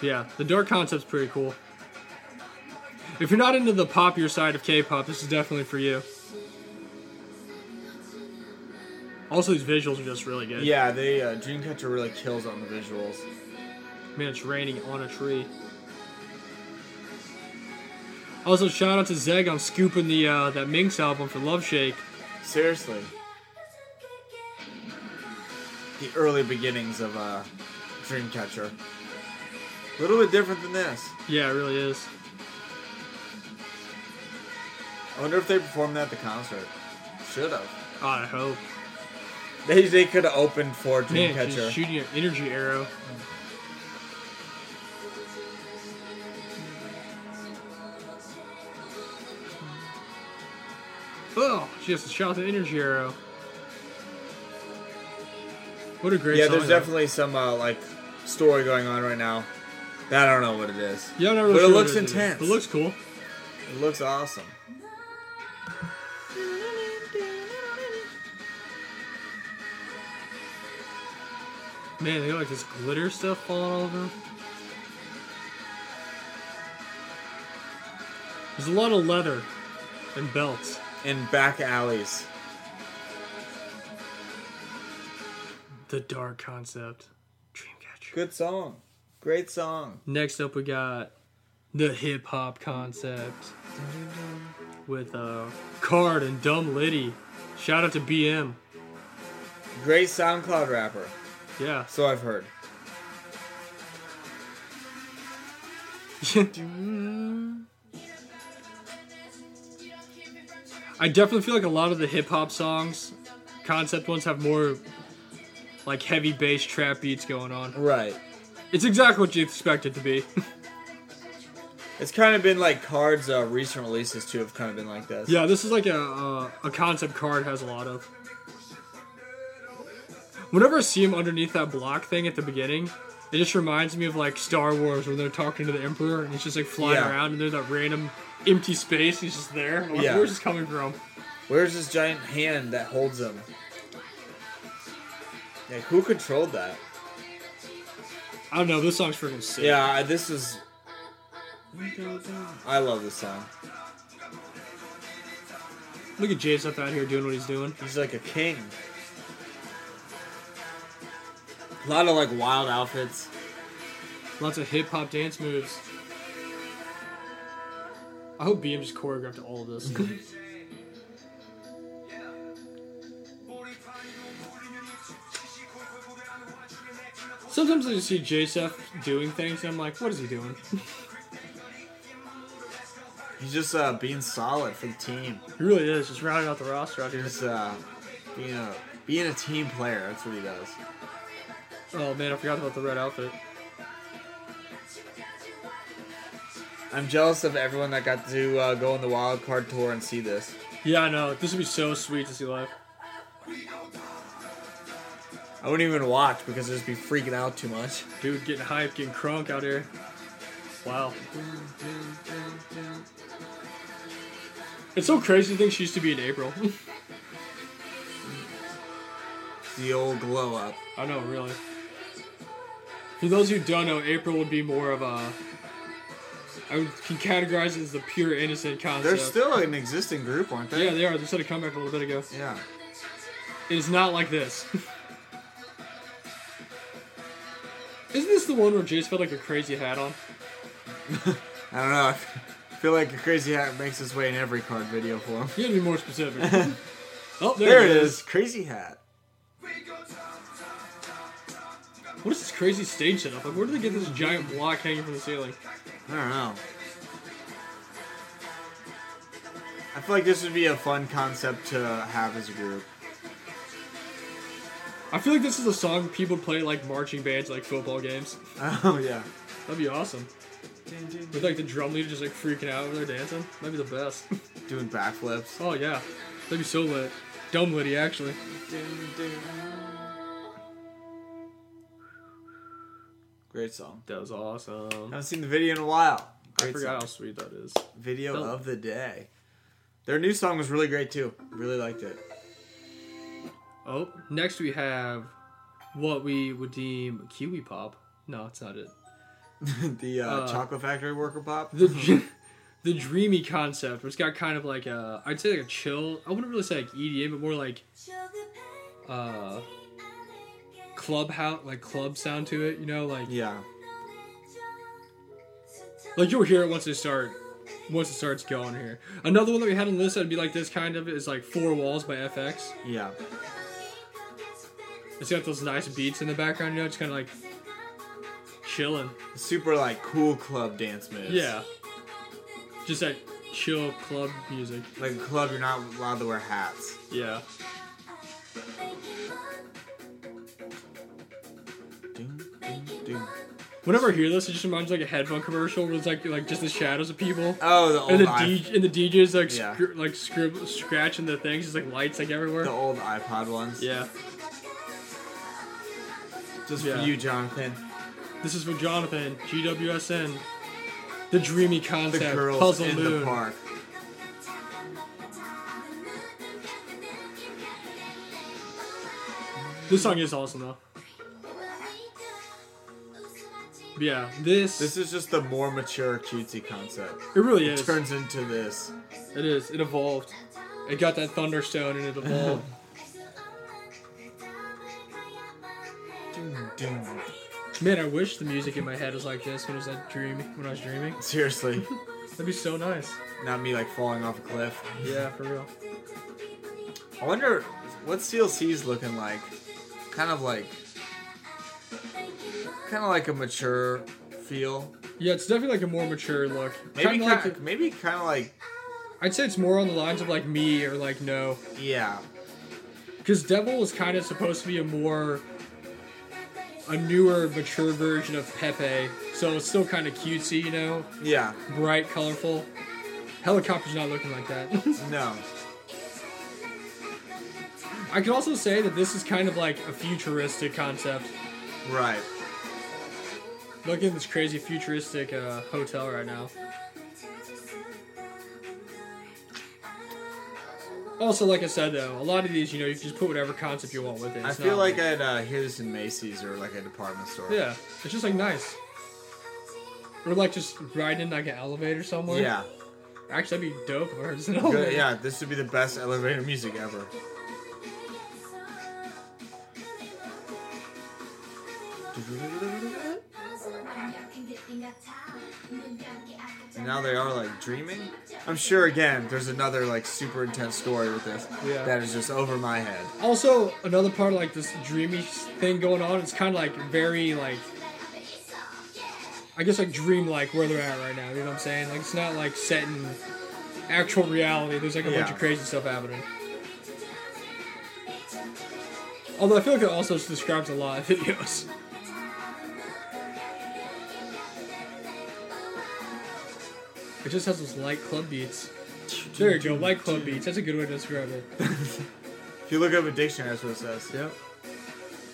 Yeah, the dark concept's pretty cool. If you're not into the poppier side of K-pop, this is definitely for you. Also, these visuals are just really good.
Yeah, they uh, Dreamcatcher really kills on the visuals.
Man, it's raining on a tree. Also, shout out to Zeg on scooping the uh, that Minx album for Love Shake.
Seriously, the early beginnings of uh, Dreamcatcher. A little bit different than this.
Yeah, it really is.
I wonder if they performed that at the concert. Should have.
I hope.
They, they could have opened for
Man, she's
Dreamcatcher.
shooting an energy arrow. Oh, she has to shot the energy arrow. What a great
Yeah,
song.
there's
though.
definitely some uh, like story going on right now. That I don't know what it is.
Yeah, I'm not really
but it
sure what
looks
is.
intense.
It looks cool.
It looks awesome.
Thank
Man, they got like this glitter stuff falling all over. 'em. There's a lot of leather and belts.
in back alleys.
The dark concept. Dreamcatcher.
Good song. Great song.
Next up, we got the hip hop concept with uh, Card and Dumb Liddy. Shout out to BM.
Great SoundCloud rapper.
Yeah.
So I've heard.
I definitely feel like a lot of the hip hop songs, concept ones, have more like heavy bass trap beats going on.
Right.
It's exactly what you expect it to be. (laughs)
It's kind of been like Card's uh, recent releases too have kind of been like this.
yeah, this is like a, a a concept card has a lot of. Whenever I see him underneath that block thing at the beginning, it just reminds me of like Star Wars when they're talking to the Emperor and he's just like flying
Yeah.
around and there's that random empty space. He's just there. I'm like,
Yeah.
Where's this coming from?
Where's this giant hand that holds him? Like who controlled that?
I don't know. This song's freaking sick.
Yeah, I, this is. I love this song.
Look at Jay's up out here doing what he's doing.
He's like a king. A lot of like wild outfits.
Lots of hip hop dance moves. I hope BM just choreographed all of (laughs) this. Sometimes I just see JSF doing things and I'm like, what is he doing?
He's just uh, being solid for the team.
He really is, just rounding out the roster out here.
Just uh, being a being a team player. That's what he does.
Oh man, I forgot about the red outfit.
I'm jealous of everyone that got to uh, go on the wild card tour and see this.
Yeah, I know. This would be so sweet to see live.
I wouldn't even watch because I'd just be freaking out too much.
Dude getting hyped, getting crunk out here. Wow. It's so crazy to think she used to be in April. (laughs)
The old glow up.
I know, really. For those who don't know, April would be more of a. I would, can categorize it as the pure innocent concept.
They're still an existing group, aren't they?
Yeah, they are. They said a comeback a little bit ago.
Yeah.
It is not like this. (laughs) Isn't this the one where Jace had like a crazy hat on?
I don't know. (laughs) I feel like a crazy hat makes its way in every card video for him.
You gotta be
(laughs)
more specific. oh, there,
There it is. Crazy hat.
What is this crazy stage setup? Like, where do they get this giant block hanging from the ceiling?
I don't know. I feel like this would be a fun concept to have as a group. (laughs)
I feel like this is a song people play like marching bands, like football games.
Oh yeah.
That'd be awesome. With like the drum leader just like freaking out over there dancing. That'd be the best. (laughs)
Doing backflips.
oh yeah. That'd be so lit. Dumb litty actually.
Great song.
That was awesome.
haven't seen the video in a while.
I
Great
forgot
song.
how sweet that is.
Video
Oh.
of the day. Their new song was really great too. Really liked it. (laughs)
Oh, next we have what we would deem Kiwi Pop. No, it's not it.
the uh,
Uh,
Chocolate Factory Worker Pop. (laughs)
The dr- the dreamy concept, which got kind of like a I'd say like a chill. I wouldn't really say like EDM, but more like uh clubhouse like club sound to it. You know, like
yeah.
Like you'll hear it once they start, once it starts going here. Another one that we had on the list that'd be like this kind of is like Four Walls by FX.
Yeah.
It's got those nice beats in the background, you know. It's kind of like chilling.
Super like cool club dance moves.
Yeah, just that chill club music.
Like a club, you're not allowed to wear hats.
Yeah,
Doom, doom, doom.
whenever I hear this, it just reminds me of like a headphone commercial where it's like like just the shadows of people.
Oh, the old
And the,
i-
D- and the DJ's like
Yeah.
scr- like scrib- scratching the things, just like lights like everywhere.
the old iPod ones.
Yeah,
Just
Yeah.
for you, Jonathan.
this is from Jonathan GWSN, the dreamy
The
concept
girls
puzzle
in
moon.
the park.
This song is awesome though. yeah, this,
This is just the more mature cutesy concept.
it really
It
is.
turns into this.
It is. It evolved. It got that thunderstone and it
(laughs)
evolved.
Doom, doom.
Man, I wish the music in my head was like this when I was like dreaming. When I was dreaming,
Seriously,
that'd be so nice.
not me like falling off a cliff.
Yeah, for real.
I wonder what CLC's looking like. Kind of like, kind of like a mature feel.
Yeah, it's definitely like a more mature look.
Maybe
Kinda like
kind of,
the-
maybe kind of like,
I'd say it's more on the lines of like me or like no,
yeah,
because Devil was kind of supposed to be a more a newer, mature version of Pepe. So it's still kind of cutesy, you know,
yeah,
bright, colorful. Helicopter's not looking like that. (laughs)
no,
I could also say that this is kind of like a futuristic concept.
right.
Look at this crazy futuristic uh, hotel right now. Also, like I said though, a lot of these, you know, you can just put whatever concept you want with it.
I
It's
feel
not-
like I'd uh, hear this in Macy's or like a department store.
yeah, it's just like nice. Or like just riding in like an elevator somewhere.
yeah,
actually, that'd be dope. Or an
Good,
elevator.
yeah. This would be the best elevator music ever. And now they are like dreaming. I'm sure again, there's another like super intense story with this
Yeah.
that is just over my head.
Also, another part of like this dreamy thing going on. It's kind of like very like, I guess like dreamlike where they're at right now. You know what I'm saying? Like it's not like set in actual reality. There's like a bunch
Yeah.
of crazy stuff happening. Although I feel like it also describes a lot of (laughs) videos. It just has those light club beats. There you go, light club beats. That's a good way to describe it.
If you look up a dictionary, that's what it says.
Yep.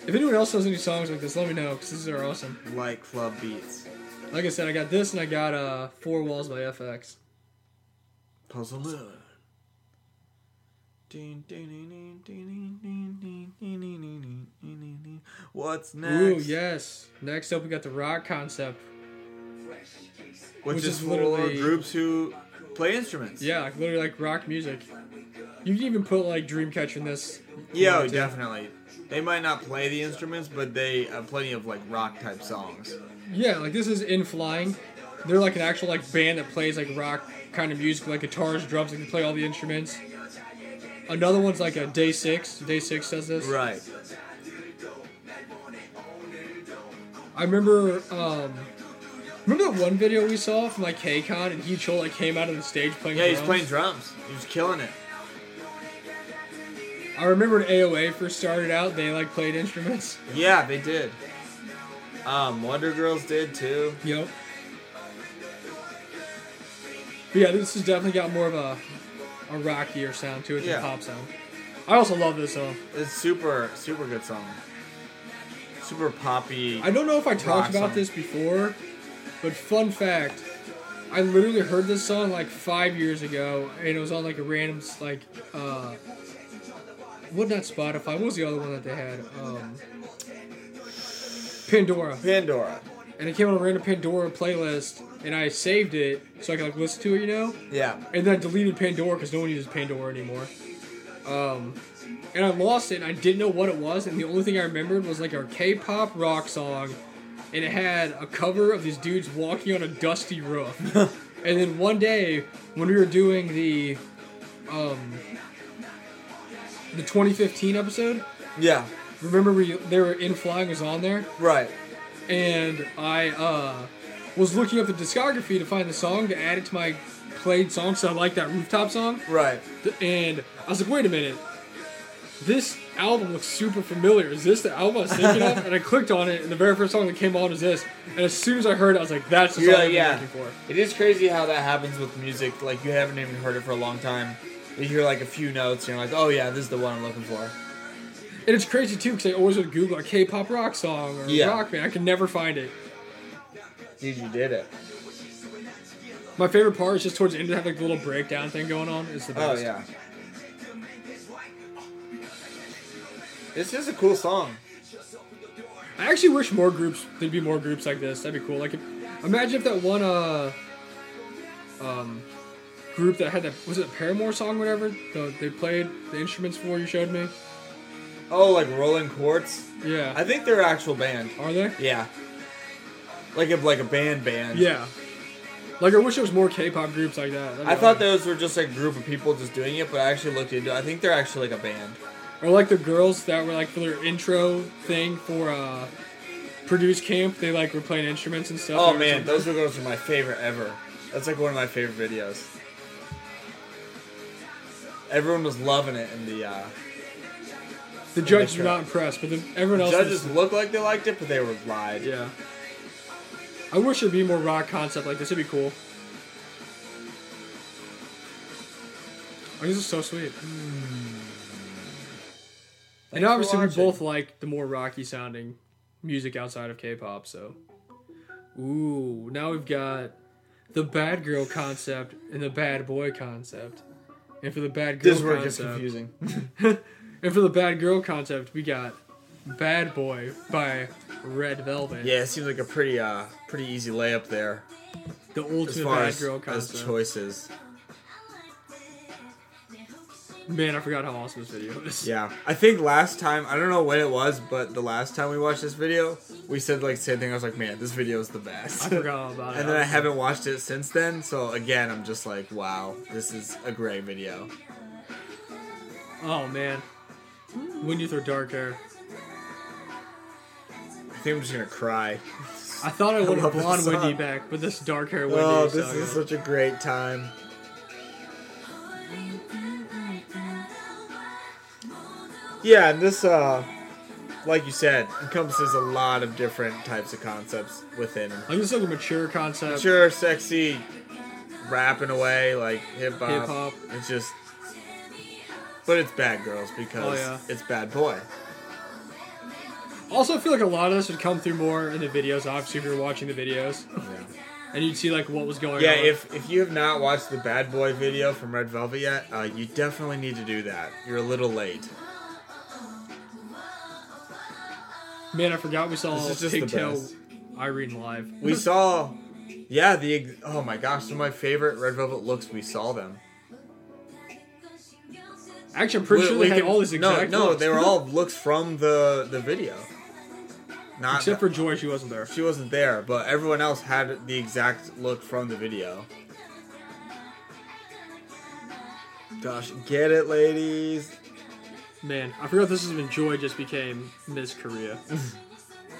If anyone else knows any songs like this, let me know because these are awesome.
Like club beats.
Like I said, I got this and I got uh Four Walls by FX.
Puzzle Moon. Ding, ding, ding, ding, ding, ding, ding, ding, ding, ding, ding, ding, ding, ding. What's next?
Ooh yes. Next up, we got the rock concept.
Which,
Which
is,
is
for
literally-
groups who play instruments.
Yeah, like literally like rock music. You can even put like Dreamcatcher in this.
Yeah, oh,
Yeah.
definitely. They might not play the instruments, but they have plenty of like rock type songs.
Yeah, like this is In Flying. They're like an actual like band that plays like rock kind of music, like guitars, drums. They can play all the instruments. Another one's like a Day Six. Day Six does this.
Right.
I remember um remember that one video we saw from like KCON and he Chol like came out of the stage playing
Yeah, he's
drums?
playing drums. He was killing it.
I remember when AOA first started out, they like played instruments.
Yeah, they did. Um, Wonder Girls did too.
Yep. But yeah, this has definitely got more of a a rockier sound to it
Yeah.
than pop sound. I also love this song.
It's super, super good song. Super poppy.
I don't know if I talked
Rock
about
song.
this before, but fun fact, I literally heard this song like five years ago, and it was on like a random s- like, uh, what not Spotify? What was the other one that they had? Um, Pandora,
Pandora.
and it came on a random Pandora playlist, and I saved it so I could like listen to it, you know.
Yeah.
And then I deleted Pandora because no one uses Pandora anymore. Um, and I lost it. and I didn't know what it was, and the only thing I remembered was like our K-pop rock song, and it had a cover of these dudes walking on a dusty roof. and then one day when we were doing the, um, the 2015 episode,
(laughs) Yeah.
remember we they were in flying was on there,
Right.
and I uh, was looking up the discography to find the song to add it to my played song. So I like that rooftop song.
Right.
Th- and I was like, wait a minute, this album looks super familiar. Is this the album I was
(laughs)
thinking of? And I clicked on it, and the very first song that came on was this. And as soon as I heard it, I was like, that's the song
Yeah,
I've been
yeah.
looking for.
It is crazy how that happens with music. Like you haven't even heard it for a long time. You hear like a few notes, and you're like, oh yeah, this is the one I'm looking for.
And it's crazy too because I always would Google a K-pop rock song or
Yeah.
rock band. I could never find it.
Dude, you did it.
My favorite part is just towards the end to have like the little breakdown thing going on. It's the
Oh
best.
yeah. This is a cool song.
I actually wish more groups there'd be more groups like this. That'd be cool. Like, if, imagine if that one uh, um, group that had that was it a Paramore song, whatever. The, they played the instruments for you showed me.
Oh, like Rolling Quartz.
Yeah,
I think they're actual band.
are they?
Yeah. Like if like a band band.
Yeah. Like I wish there was more K-pop groups like that. That'd be
I thought
awesome.
those were just a group of people just doing it, but I actually looked into. it. I think they're actually like a band.
or like the girls that were like for their intro thing for uh, Produce Camp, they like were playing instruments and stuff.
Oh
They were
man,
some-
those girls are my favorite ever. That's like one of my favorite videos. Everyone was loving it in the uh,
the judges
That's
were
right.
not impressed, but the, everyone else.
judges
was,
looked like they liked it, but they were lied.
yeah. I wish there'd be more rock concept like this. It'd be cool. Oh, this is so sweet. and
Thanks for
obviously, we
watching.
both like the more rocky sounding music outside of K-pop. So, ooh, now we've got the bad girl concept and the bad boy concept. And for the bad girl
This word gets
concept,
confusing.
and for the bad girl concept, we got "Bad Boy" by Red Velvet.
yeah, it seems like a pretty uh, pretty easy layup there
the
as
ultimate
far
bad
as,
girl
as
concept.
choices.
Man, I forgot how awesome this video is.
Yeah, I think last time I don't know when it was, but the last time we watched this video, we said like same thing. I was like, man, this video is the best.
I forgot
(laughs)
all about it.
and then I haven't watched it since then. So again, I'm just like, wow, this is a great video.
Oh man, when you throw dark hair,
I think I'm just gonna cry.
I thought I wanted
love this
blonde
song.
Wendy back, but this dark hair Wendy.
oh,
is
this
so
is
good.
such a great time. Yeah, and this, uh, like you said, encompasses a lot of different types of concepts within
like this is like a mature concept.
sure, sexy, rapping away like hip hop.
Hip-hop.
It's just, but it's bad girls because
Oh, yeah.
it's bad boy.
Also, I feel like a lot of this would come through more in the videos. Obviously, if you're watching the videos,
Yeah.
and you'd see like what was going
Yeah,
on.
if if you have not watched the Bad Boy video from Red Velvet yet, uh, you definitely need to do that. You're a little late.
man, I forgot we saw
This is just the
Pigtail
best.
Irene live.
We saw, yeah, the ex- oh my gosh, some of my favorite Red Velvet looks. We saw them.
actually, I'm pretty
We-
sure
we
they had
can-
all these
no,
exact.
no,
looks.
they were all looks from the the video. Not
(laughs) except for Joy, she wasn't there.
she wasn't there, but everyone else had the exact look from the video. Gosh, get it, ladies.
Man, I forgot this is when Joy just became Miss Korea.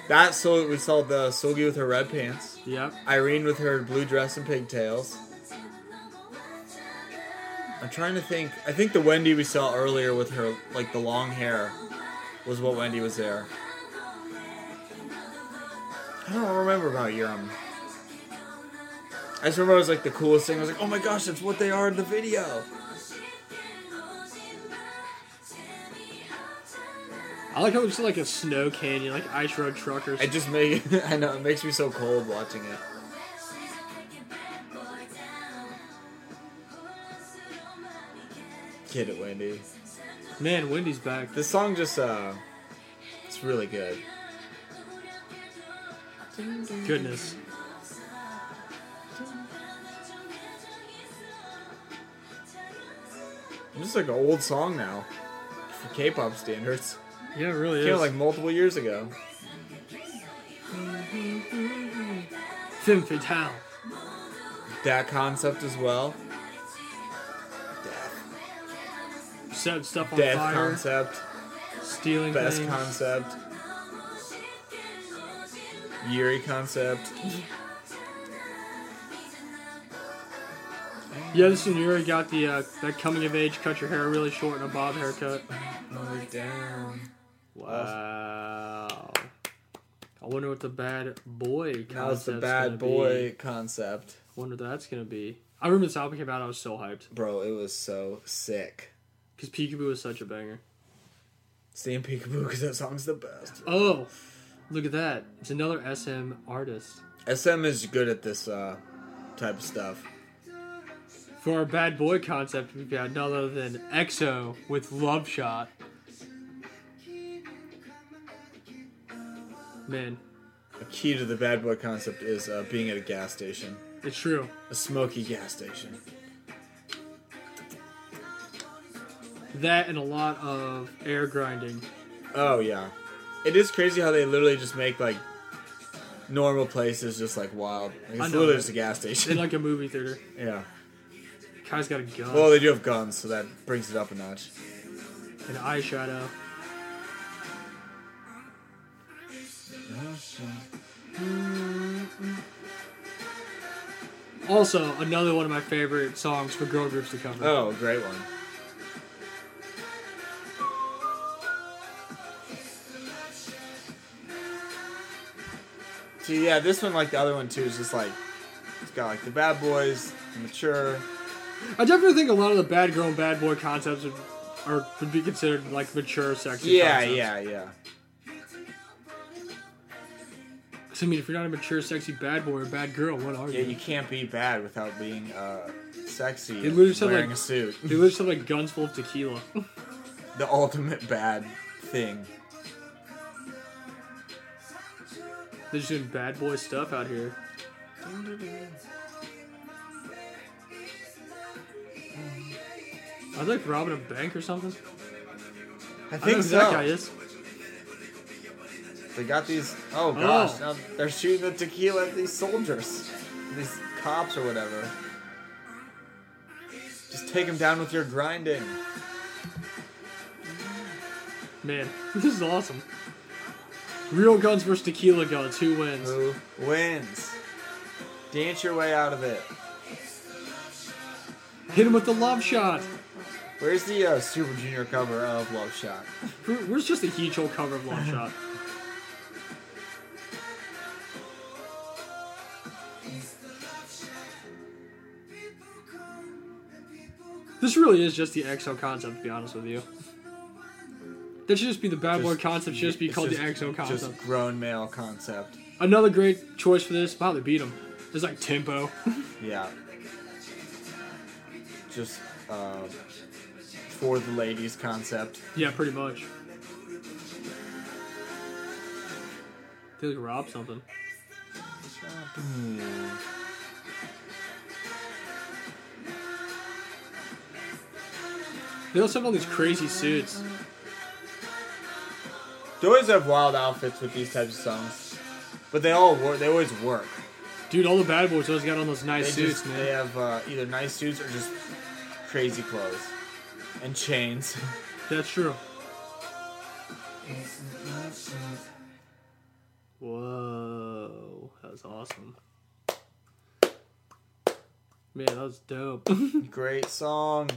That's so we saw the Sogi with her red pants.
yep.
Irene with her blue dress and pigtails. I'm trying to think. I think the Wendy we saw earlier with her, like the long hair, was what Wendy was there. I don't remember about Yurum. I just remember it was like the coolest thing. I was like, oh my gosh, that's what they are in the video.
I like how it's like a snow canyon, like ice road truckers.
It just make (laughs) I know it makes me so cold watching it. Get it, Wendy.
Man, Wendy's back.
This song just uh it's really good.
Goodness.
This is like an old song now. For K pop standards.
Yeah, it really
Came out
is.
like multiple years ago.
Femme fatale.
That concept as well.
Setting stuff on
Death
fire.
concept.
Stealing
Best
things.
concept. Yuri concept.
Yeah, this one you already got the uh, that coming of age, cut your hair really short and a bob haircut.
down.
Wow. I wonder what the bad boy concept's
Now it's the
gonna
bad
be.
boy concept.
Wonder what that's gonna be. I remember this album came out. I was so hyped
Bro, it was so sick.
because Peekaboo was such a banger.
Seeing Peekaboo because that song's the best.
Oh, look at that! It's another SM artist.
SM is good at this uh, type of stuff.
For our bad boy concept, we've got none other than EXO with Love Shot. Man,
A key to the bad boy concept is uh, being at a gas station,
it's true.
a smoky gas station.
That and a lot of air grinding.
Oh yeah, it is crazy how they literally just make like normal places just like wild. Like, it's
know.
literally just a gas
They
station.
like a movie theater.
(laughs) yeah.
Kai's got a gun,
Well, they do have guns, so that brings it up a notch.
an eyeshadow. Also, another one of my favorite songs for girl groups to cover.
Oh, great one. See, yeah, this one, like the other one too, is just like it's got like the bad boys, the mature.
I definitely think a lot of the bad girl and bad boy concepts would, are, would be considered like mature, sexy.
Yeah,
concepts.
yeah, yeah.
Because I mean, if you're not a mature, sexy bad boy or bad girl, what are
Yeah,
you?
you can't be bad without being uh, sexy.
They
and
literally said,
wearing
like-
a suit.
They literally have like guns full of tequila.
the ultimate bad thing.
They're just doing bad boy stuff out here. Are they like robbing a bank or something?
I
I know
think
who
so.
that guy is.
They got these. Oh gosh, now they're shooting the tequila at these soldiers, these cops or whatever. Just take them down with your grinding.
Man, (laughs) this is awesome. Real guns versus tequila guns. Who wins?
Who wins? Dance your way out of it.
Hit him with the love shot.
Where's the uh, Super Junior cover of Love Shot?
Where- Where's just a huge old cover of
(laughs)
love shot? This really is just the EXO concept, to be honest with you. That should just be the bad boy
Just-
concept. Should just be
it's
called
just-
the EXO concept.
Just grown male concept.
Another great choice for this. Wow, they beat him. It's like tempo. (laughs)
Yeah. Just uh, for the ladies concept.
yeah, pretty much. They like robbed something. They also have all these crazy suits.
They always have wild outfits with these types of songs, but they all work. They always work.
Dude, all the bad boys always got on those nice
They
suits,
just,
man.
They have uh, either nice suits or just crazy clothes and chains. (laughs)
That's true. Whoa, that was awesome. Man, that was dope. (laughs)
Great song.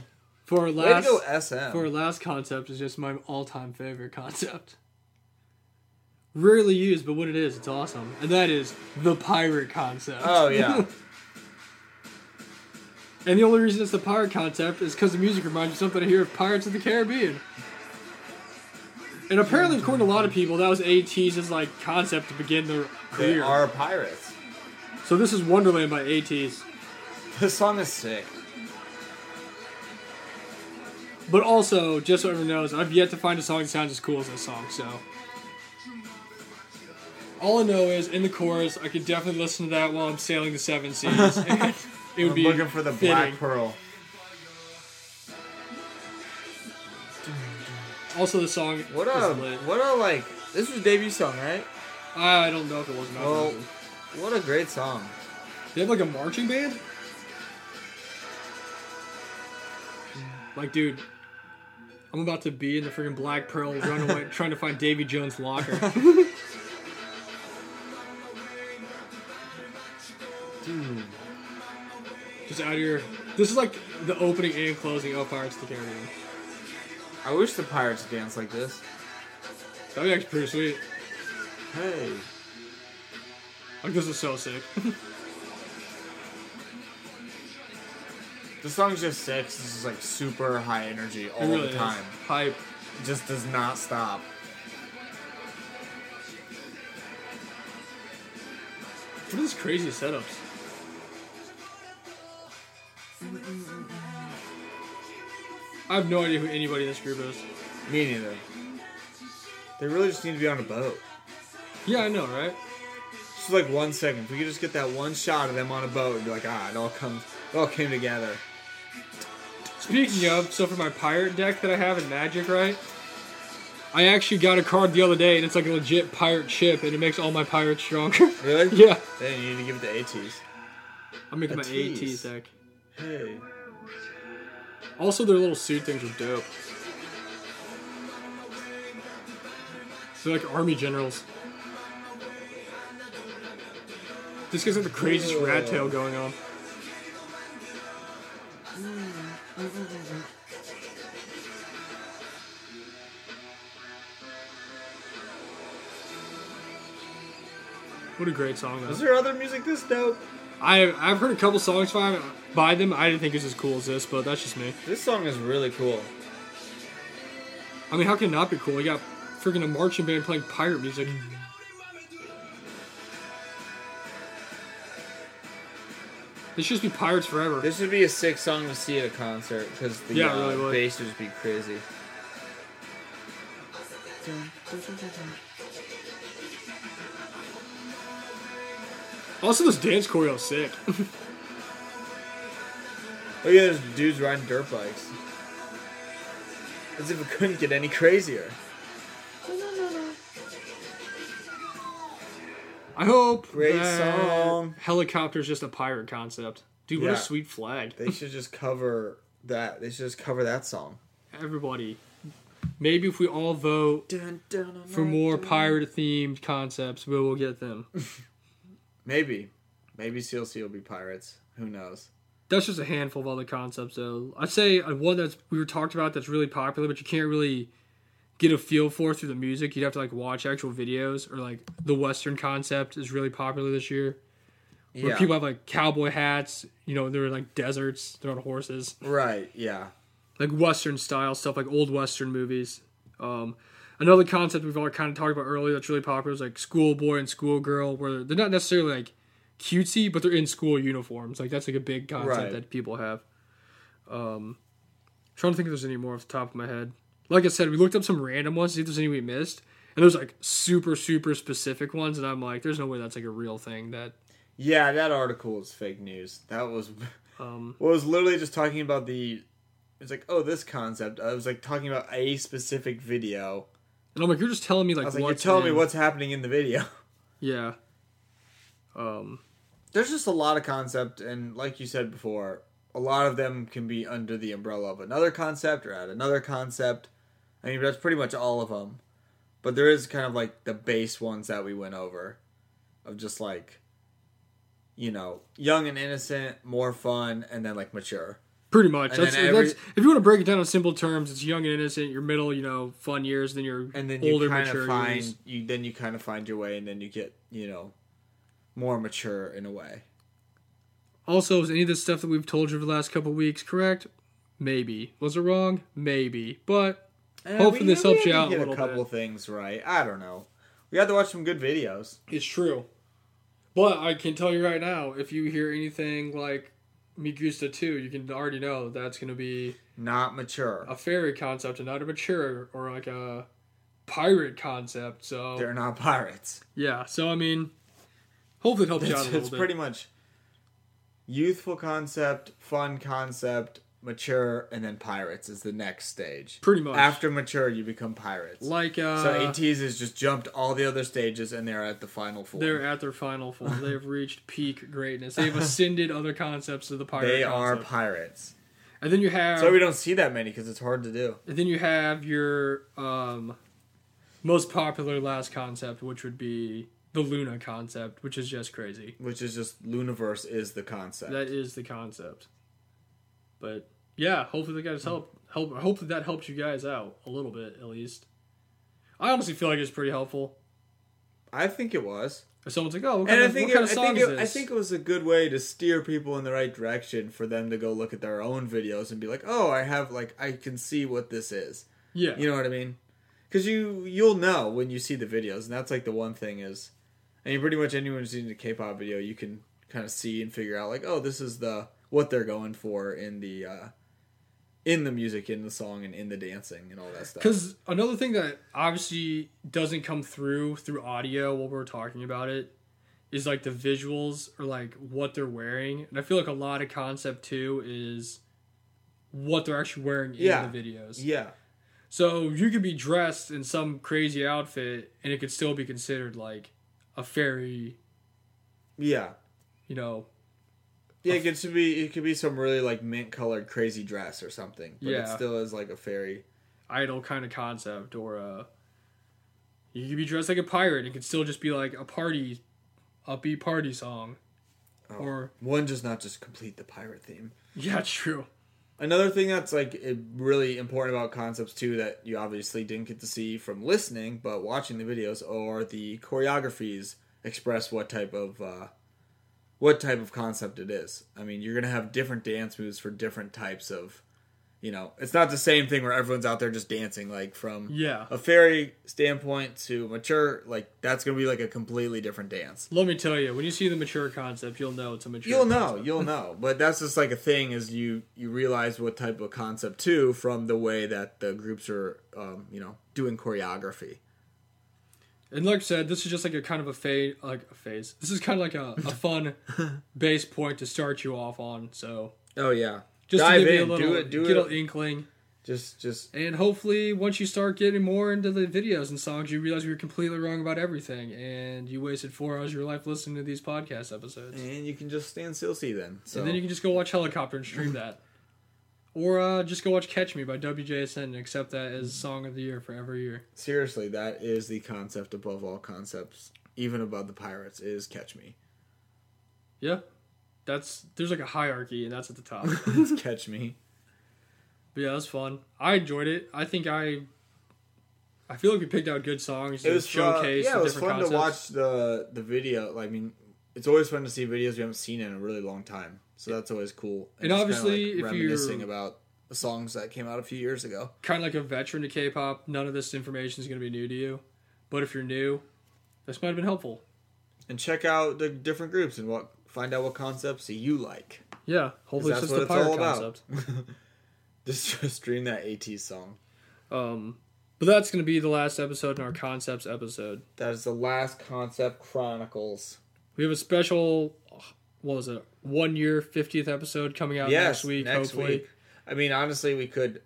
for our
Way to
last,
go, SM.
for our last concept is just my all-time favorite concept. Rarely used, but when it is, it's awesome, and that is the pirate concept.
oh
(laughs)
yeah,
and the only reason it's the pirate concept is because the music reminds you something I hear of Pirates of the Caribbean. And apparently, according to a lot of people, that was AT's like concept to begin their
they
career.
are pirates.
So this is Wonderland by AT's,
This song is sick.
but also just so everyone knows, I've yet to find a song that sounds as cool as this song. So all I know is in the chorus, I could definitely listen to that while I'm sailing the
(laughs)
seven seas. (laughs) it would
I'm
be
looking for the
fitting.
black pearl.
Also, the song.
What
is
a
lit.
what a like. This was debut song, right?
I don't know if it was. Not
Well, what a great song.
They have like a marching band? Like, dude, I'm about to be in the freaking Black Pearl running away, (laughs) trying to find Davy
(laughs)
Jones' locker.
Dude,
Just out of your. This is like the opening and closing of Pirates of the Caribbean.
I wish the pirates danced like this.
That'd be actually pretty sweet.
Hey,
Like, this is so sick. (laughs)
this song's just sick. This is like super high energy all
it really
the time.
Is. Hype.
It just does not stop.
What are these crazy setups? I have no idea who anybody in this group is.
Me neither. They really just need to be on a boat.
Yeah, I know, right?
Just like one second. If we could just get that one shot of them on a boat and be like, ah, it all comes, it all came together.
Speaking of, so for my pirate deck that I have in Magic, right? I actually got a card the other day, and it's like a legit pirate ship, and it makes all my pirates stronger. (laughs)
Really?
yeah,
Then you need to give it to ATs.
I'm making
A
my
tease.
AT deck.
Hey.
Also, their little suit things are dope. They're like army generals. This guy's got the craziest rat tail going on. What a great song, though.
Is there other music this dope?
I, I've heard a couple songs by, by them. I didn't think it was as cool as this, but that's just me.
This song is really cool.
I mean, how can it not be cool? We got freaking a marching band playing pirate music. This should just be pirates forever.
This would be a sick song to see at a concert because the
Yeah, it
uh,
really would.
bass would just be crazy.
also, this dance choreo is sick. (laughs)
Look at those dudes riding dirt bikes. As if it couldn't get any crazier.
I hope
Great
that
song.
Helicopter's just a pirate concept. Dude, what
Yeah.
a sweet flag.
They should just cover that. They should just cover that song.
Everybody. Maybe if we all vote for more pirate themed concepts, we will get them.
Maybe. Maybe CLC will be pirates. Who knows?
That's just a handful of other concepts, though. I'd say uh, one that's we were talked about that's really popular, but you can't really get a feel for through the music. You'd have to like watch actual videos, or like the Western concept is really popular this year, where
Yeah.
people have like cowboy hats. You know, they're in like deserts, they're on horses,
right, yeah.
like Western style stuff, like old Western movies. Um, another concept we've all kind of talked about earlier that's really popular is like schoolboy and schoolgirl, where they're not necessarily like cutesy, but they're in school uniforms. Like that's like a big concept
Right.
that people have. Um, trying to think if there's any more off the top of my head. Like I said, we looked up some random ones to see if there's any we missed, and there's like super super specific ones, and I'm like, there's no way that's like a real thing. That
Yeah, that article is fake news. That was (laughs)
um,
well, it was literally just talking about the it's like, oh, this concept. I was like talking about a specific video.
and I'm like, you're just telling me
I
like,
was like,
what's
you're telling
in-
me what's happening in the video. (laughs)
yeah. Um,
There's just a lot of concept, and like you said before, a lot of them can be under the umbrella of another concept or at another concept. I mean, that's pretty much all of them. But there is kind of like the base ones that we went over of just like, you know, young and innocent, more fun, and then like mature.
Pretty much.
And
That's,
then every-
that's, if you want to break it down in simple terms, it's young and innocent, your middle, you know, fun years, then your
And then you
older,
kind of
mature
find
years.
you then you kind of find your way, and then you get you know more mature in a way.
Also, is any of this stuff that we've told you over the last couple weeks correct? Maybe. Was it wrong? Maybe. But
And
Hopefully this helps
Eh, had
you
to
out a
Get a
little
couple things right. I don't know. We had to watch some good videos.
it's true. But I can tell you right now, if you hear anything like Mi Gusta 2, you can already know that's going to be
Not mature.
a fairy concept and not a mature or like a pirate concept. So,
They're not
(laughs)
pirates.
yeah. So, I mean, hopefully it helps you out a
It's,
little
it's
bit.
pretty much youthful concept, fun concept, mature, and then pirates is the next stage.
Pretty much.
After mature, you become pirates.
like, uh,
so ATs has just jumped all the other stages, and they're at the final form.
They're at their final form. They've reached peak greatness. They've ascended other concepts to the pirate.
They are
concept.
pirates.
and then you have,
So we don't see that many because it's hard to do.
and then you have your um, most popular last concept, which would be the Luna concept, which is just crazy.
Which is just Luniverse is the concept.
That is the concept. But yeah, hopefully that guys help. Help. Hopefully that helps you guys out a little bit at least. I honestly feel like it's pretty helpful.
I think it was.
If someone's like, "Oh, what kind,
And I
of,
think,
what
it,
kind
I,
of song
think
is
it,
this?"
I think it was a good way to steer people in the right direction for them to go look at their own videos and be like, oh, I have like I can see what this is.
yeah,
You know what I mean? Because you you'll know when you see the videos, and that's like the one thing is, I mean, pretty much anyone who's seen a K-pop video, you can kind of see and figure out like, oh, this is the what they're going for in the uh, in the music, in the song, and in the dancing and all that stuff.
Because another thing that obviously doesn't come through through audio while we're talking about it is like the visuals or like what they're wearing. And I feel like a lot of concept too is what they're actually wearing
Yeah.
in the videos.
yeah,
So you could be dressed in some crazy outfit and it could still be considered like a fairy,
yeah,
you know.
yeah. It could be it could be some really like mint colored crazy dress or something, but it
Yeah.
still is like a fairy.
idol kind of concept or uh you could be dressed like a pirate and it could still just be like a party upbeat party song or
One does not just complete the pirate theme.
yeah true
Another thing that's like it- really important about concepts too that you obviously didn't get to see from listening but watching the videos are the choreographies express what type of uh, what type of concept it is. I mean, you're gonna have different dance moves for different types of, you know, it's not the same thing where everyone's out there just dancing like from
yeah
a fairy standpoint to mature. Like that's gonna be like a completely different dance.
let me tell you when you see the mature concept you'll know it's a mature
You'll know,
concept.
you'll know. (laughs) But that's just like a thing is you you realize what type of concept too from the way that the groups are um, you know doing choreography.
and like i said this is just like a kind of a fade like a phase this is kind of like a,
(laughs)
a fun base point to start you off on so
Oh yeah,
just
dive
to give
in,
you a little
do it, do
get
it.
an inkling
just just
And hopefully, once you start getting more into the videos and songs, you realize we were completely wrong about everything, and you wasted four hours of your life listening to these podcast episodes.
and you can just stand still see then. Mm, So
And then you can just go watch Helicopter and stream
(laughs)
that, or uh, just go watch Catch Me by WJSN and accept that as song of the year for every year.
seriously, that is the concept above all concepts, even above the pirates is catch
(laughs)
me,
Yeah, that's there's like a hierarchy, and that's at the
(laughs)
top. but
it's catch me.
yeah, that's fun. I enjoyed it. I think I, I feel like we picked out good songs.
It was
showcased
showcase. yeah,
the
it was fun
different
to
concepts.
watch the the video. Like, I mean, it's always fun to see videos we haven't seen in a really long time. So that's always cool.
And
just
obviously,
kinda,
if you're-
reminiscing about the songs that came out a few years ago,
kind of like a veteran to K-pop, none of this information is going to be new to you. But if you're new, this might have been helpful.
and check out the different groups and what find out what concepts you like.
Yeah,
'Cause
hopefully it's
that's what
just the
it's
pirate
all about.
concept.
(laughs) just stream that AT song.
Um, but that's going to be the last episode in our concepts episode.
That is the last concept chronicles.
We have a special, what was it, one year 50th episode coming out
yes,
next week. hopefully,
I mean, honestly, we could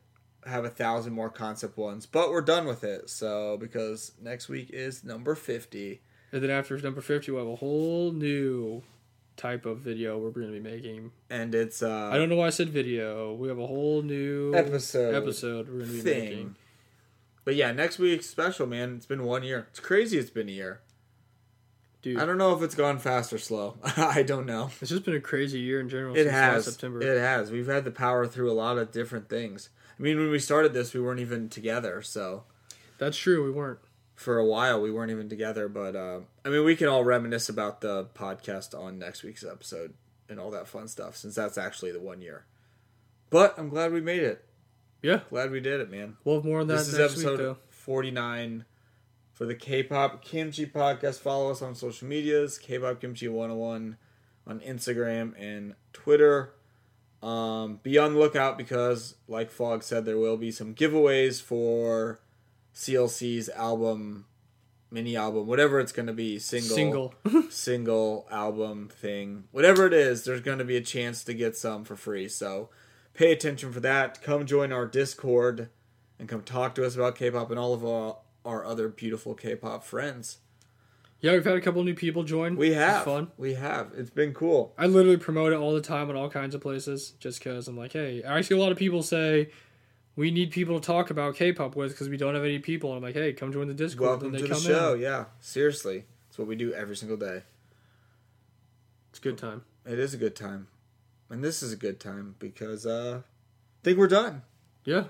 have a thousand more concept ones, but we're done with it. So because next week is number fifty.
and then after number 50, we'll have a whole new type of video we're going to be making.
and it's uh
I don't know why I said video. We have a whole new
Episode
episode we're going to be
thing.
making.
But yeah, next week's special, man. It's been one year. It's crazy. It's been a year.
Dude,
I don't know if it's gone fast or slow. (laughs) I don't know.
It's just been a crazy year in general.
It
since
has.
last September.
It has. We've had the power through a lot of different things. I mean, when we started this, we weren't even together. So
That's true. We weren't.
for a while, we weren't even together. But uh, I mean, we can all reminisce about the podcast on next week's episode and all that fun stuff, since that's actually the one year. But I'm glad we made it.
Yeah,
Glad we did it, man.
we'll have more on that
This is
next week,
episode
though.
49 for the K-pop Kimchi podcast. Follow us on social medias, K-pop Kimchi 101 on Instagram and Twitter. Um, be on the lookout because, like Fog said, there will be some giveaways for CLC's album, mini album, whatever it's going to be, single,
Single. (laughs)
single album thing, whatever it is. There's going to be a chance to get some for free. So pay attention for that. Come join our Discord and come talk to us about K-pop and all of our, our other beautiful K-pop friends.
yeah, we've had a couple new people join.
We
which is
have
fun.
We have. It's been cool.
I literally promote it all the time on all kinds of places, just because I'm like, hey, I see a lot of people say we need people to talk about K-pop with because we don't have any people. And I'm like, hey, come join the Discord.
Welcome
then
to
they
the
come
show.
in.
Yeah, seriously, it's what we do every single day.
It's a good time.
It is a good time, and this is a good time because uh, I think we're done.
Yeah,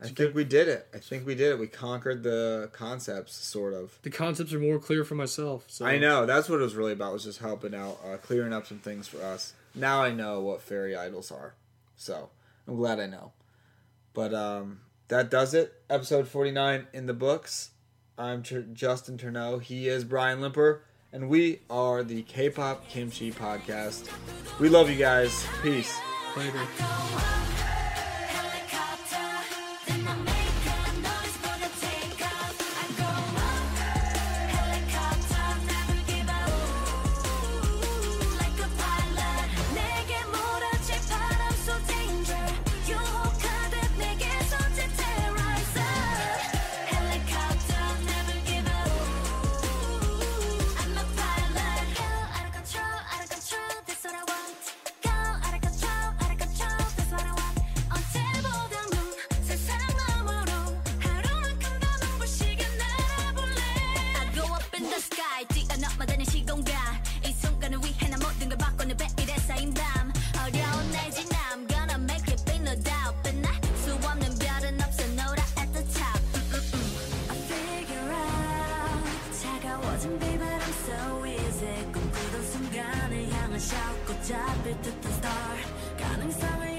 I think we did it. I think we did it. We conquered the concepts, sort of.
the concepts are more clear for myself. So
I know that's what it was really about was just helping out, uh, clearing up some things for us. Now I know what fairy idols are, so I'm glad I know. But um, that does it. Episode 49 in the books. I'm Tr- Justin Turneau. He is Brian Limper, and we are the K-pop Kimchi Podcast. We love you guys. Peace.
Later.
Helicopter. 쌓인 밤 어려운 날 지남 Gonna make it be no doubt 빛날수 없는 별은 없어 노라 at the top Mm, mm, mm. I figure out 차가워진 비바람 so easy 꿈꾸던 순간을 향한 shout 꽃잡이 듯한 star 가능성을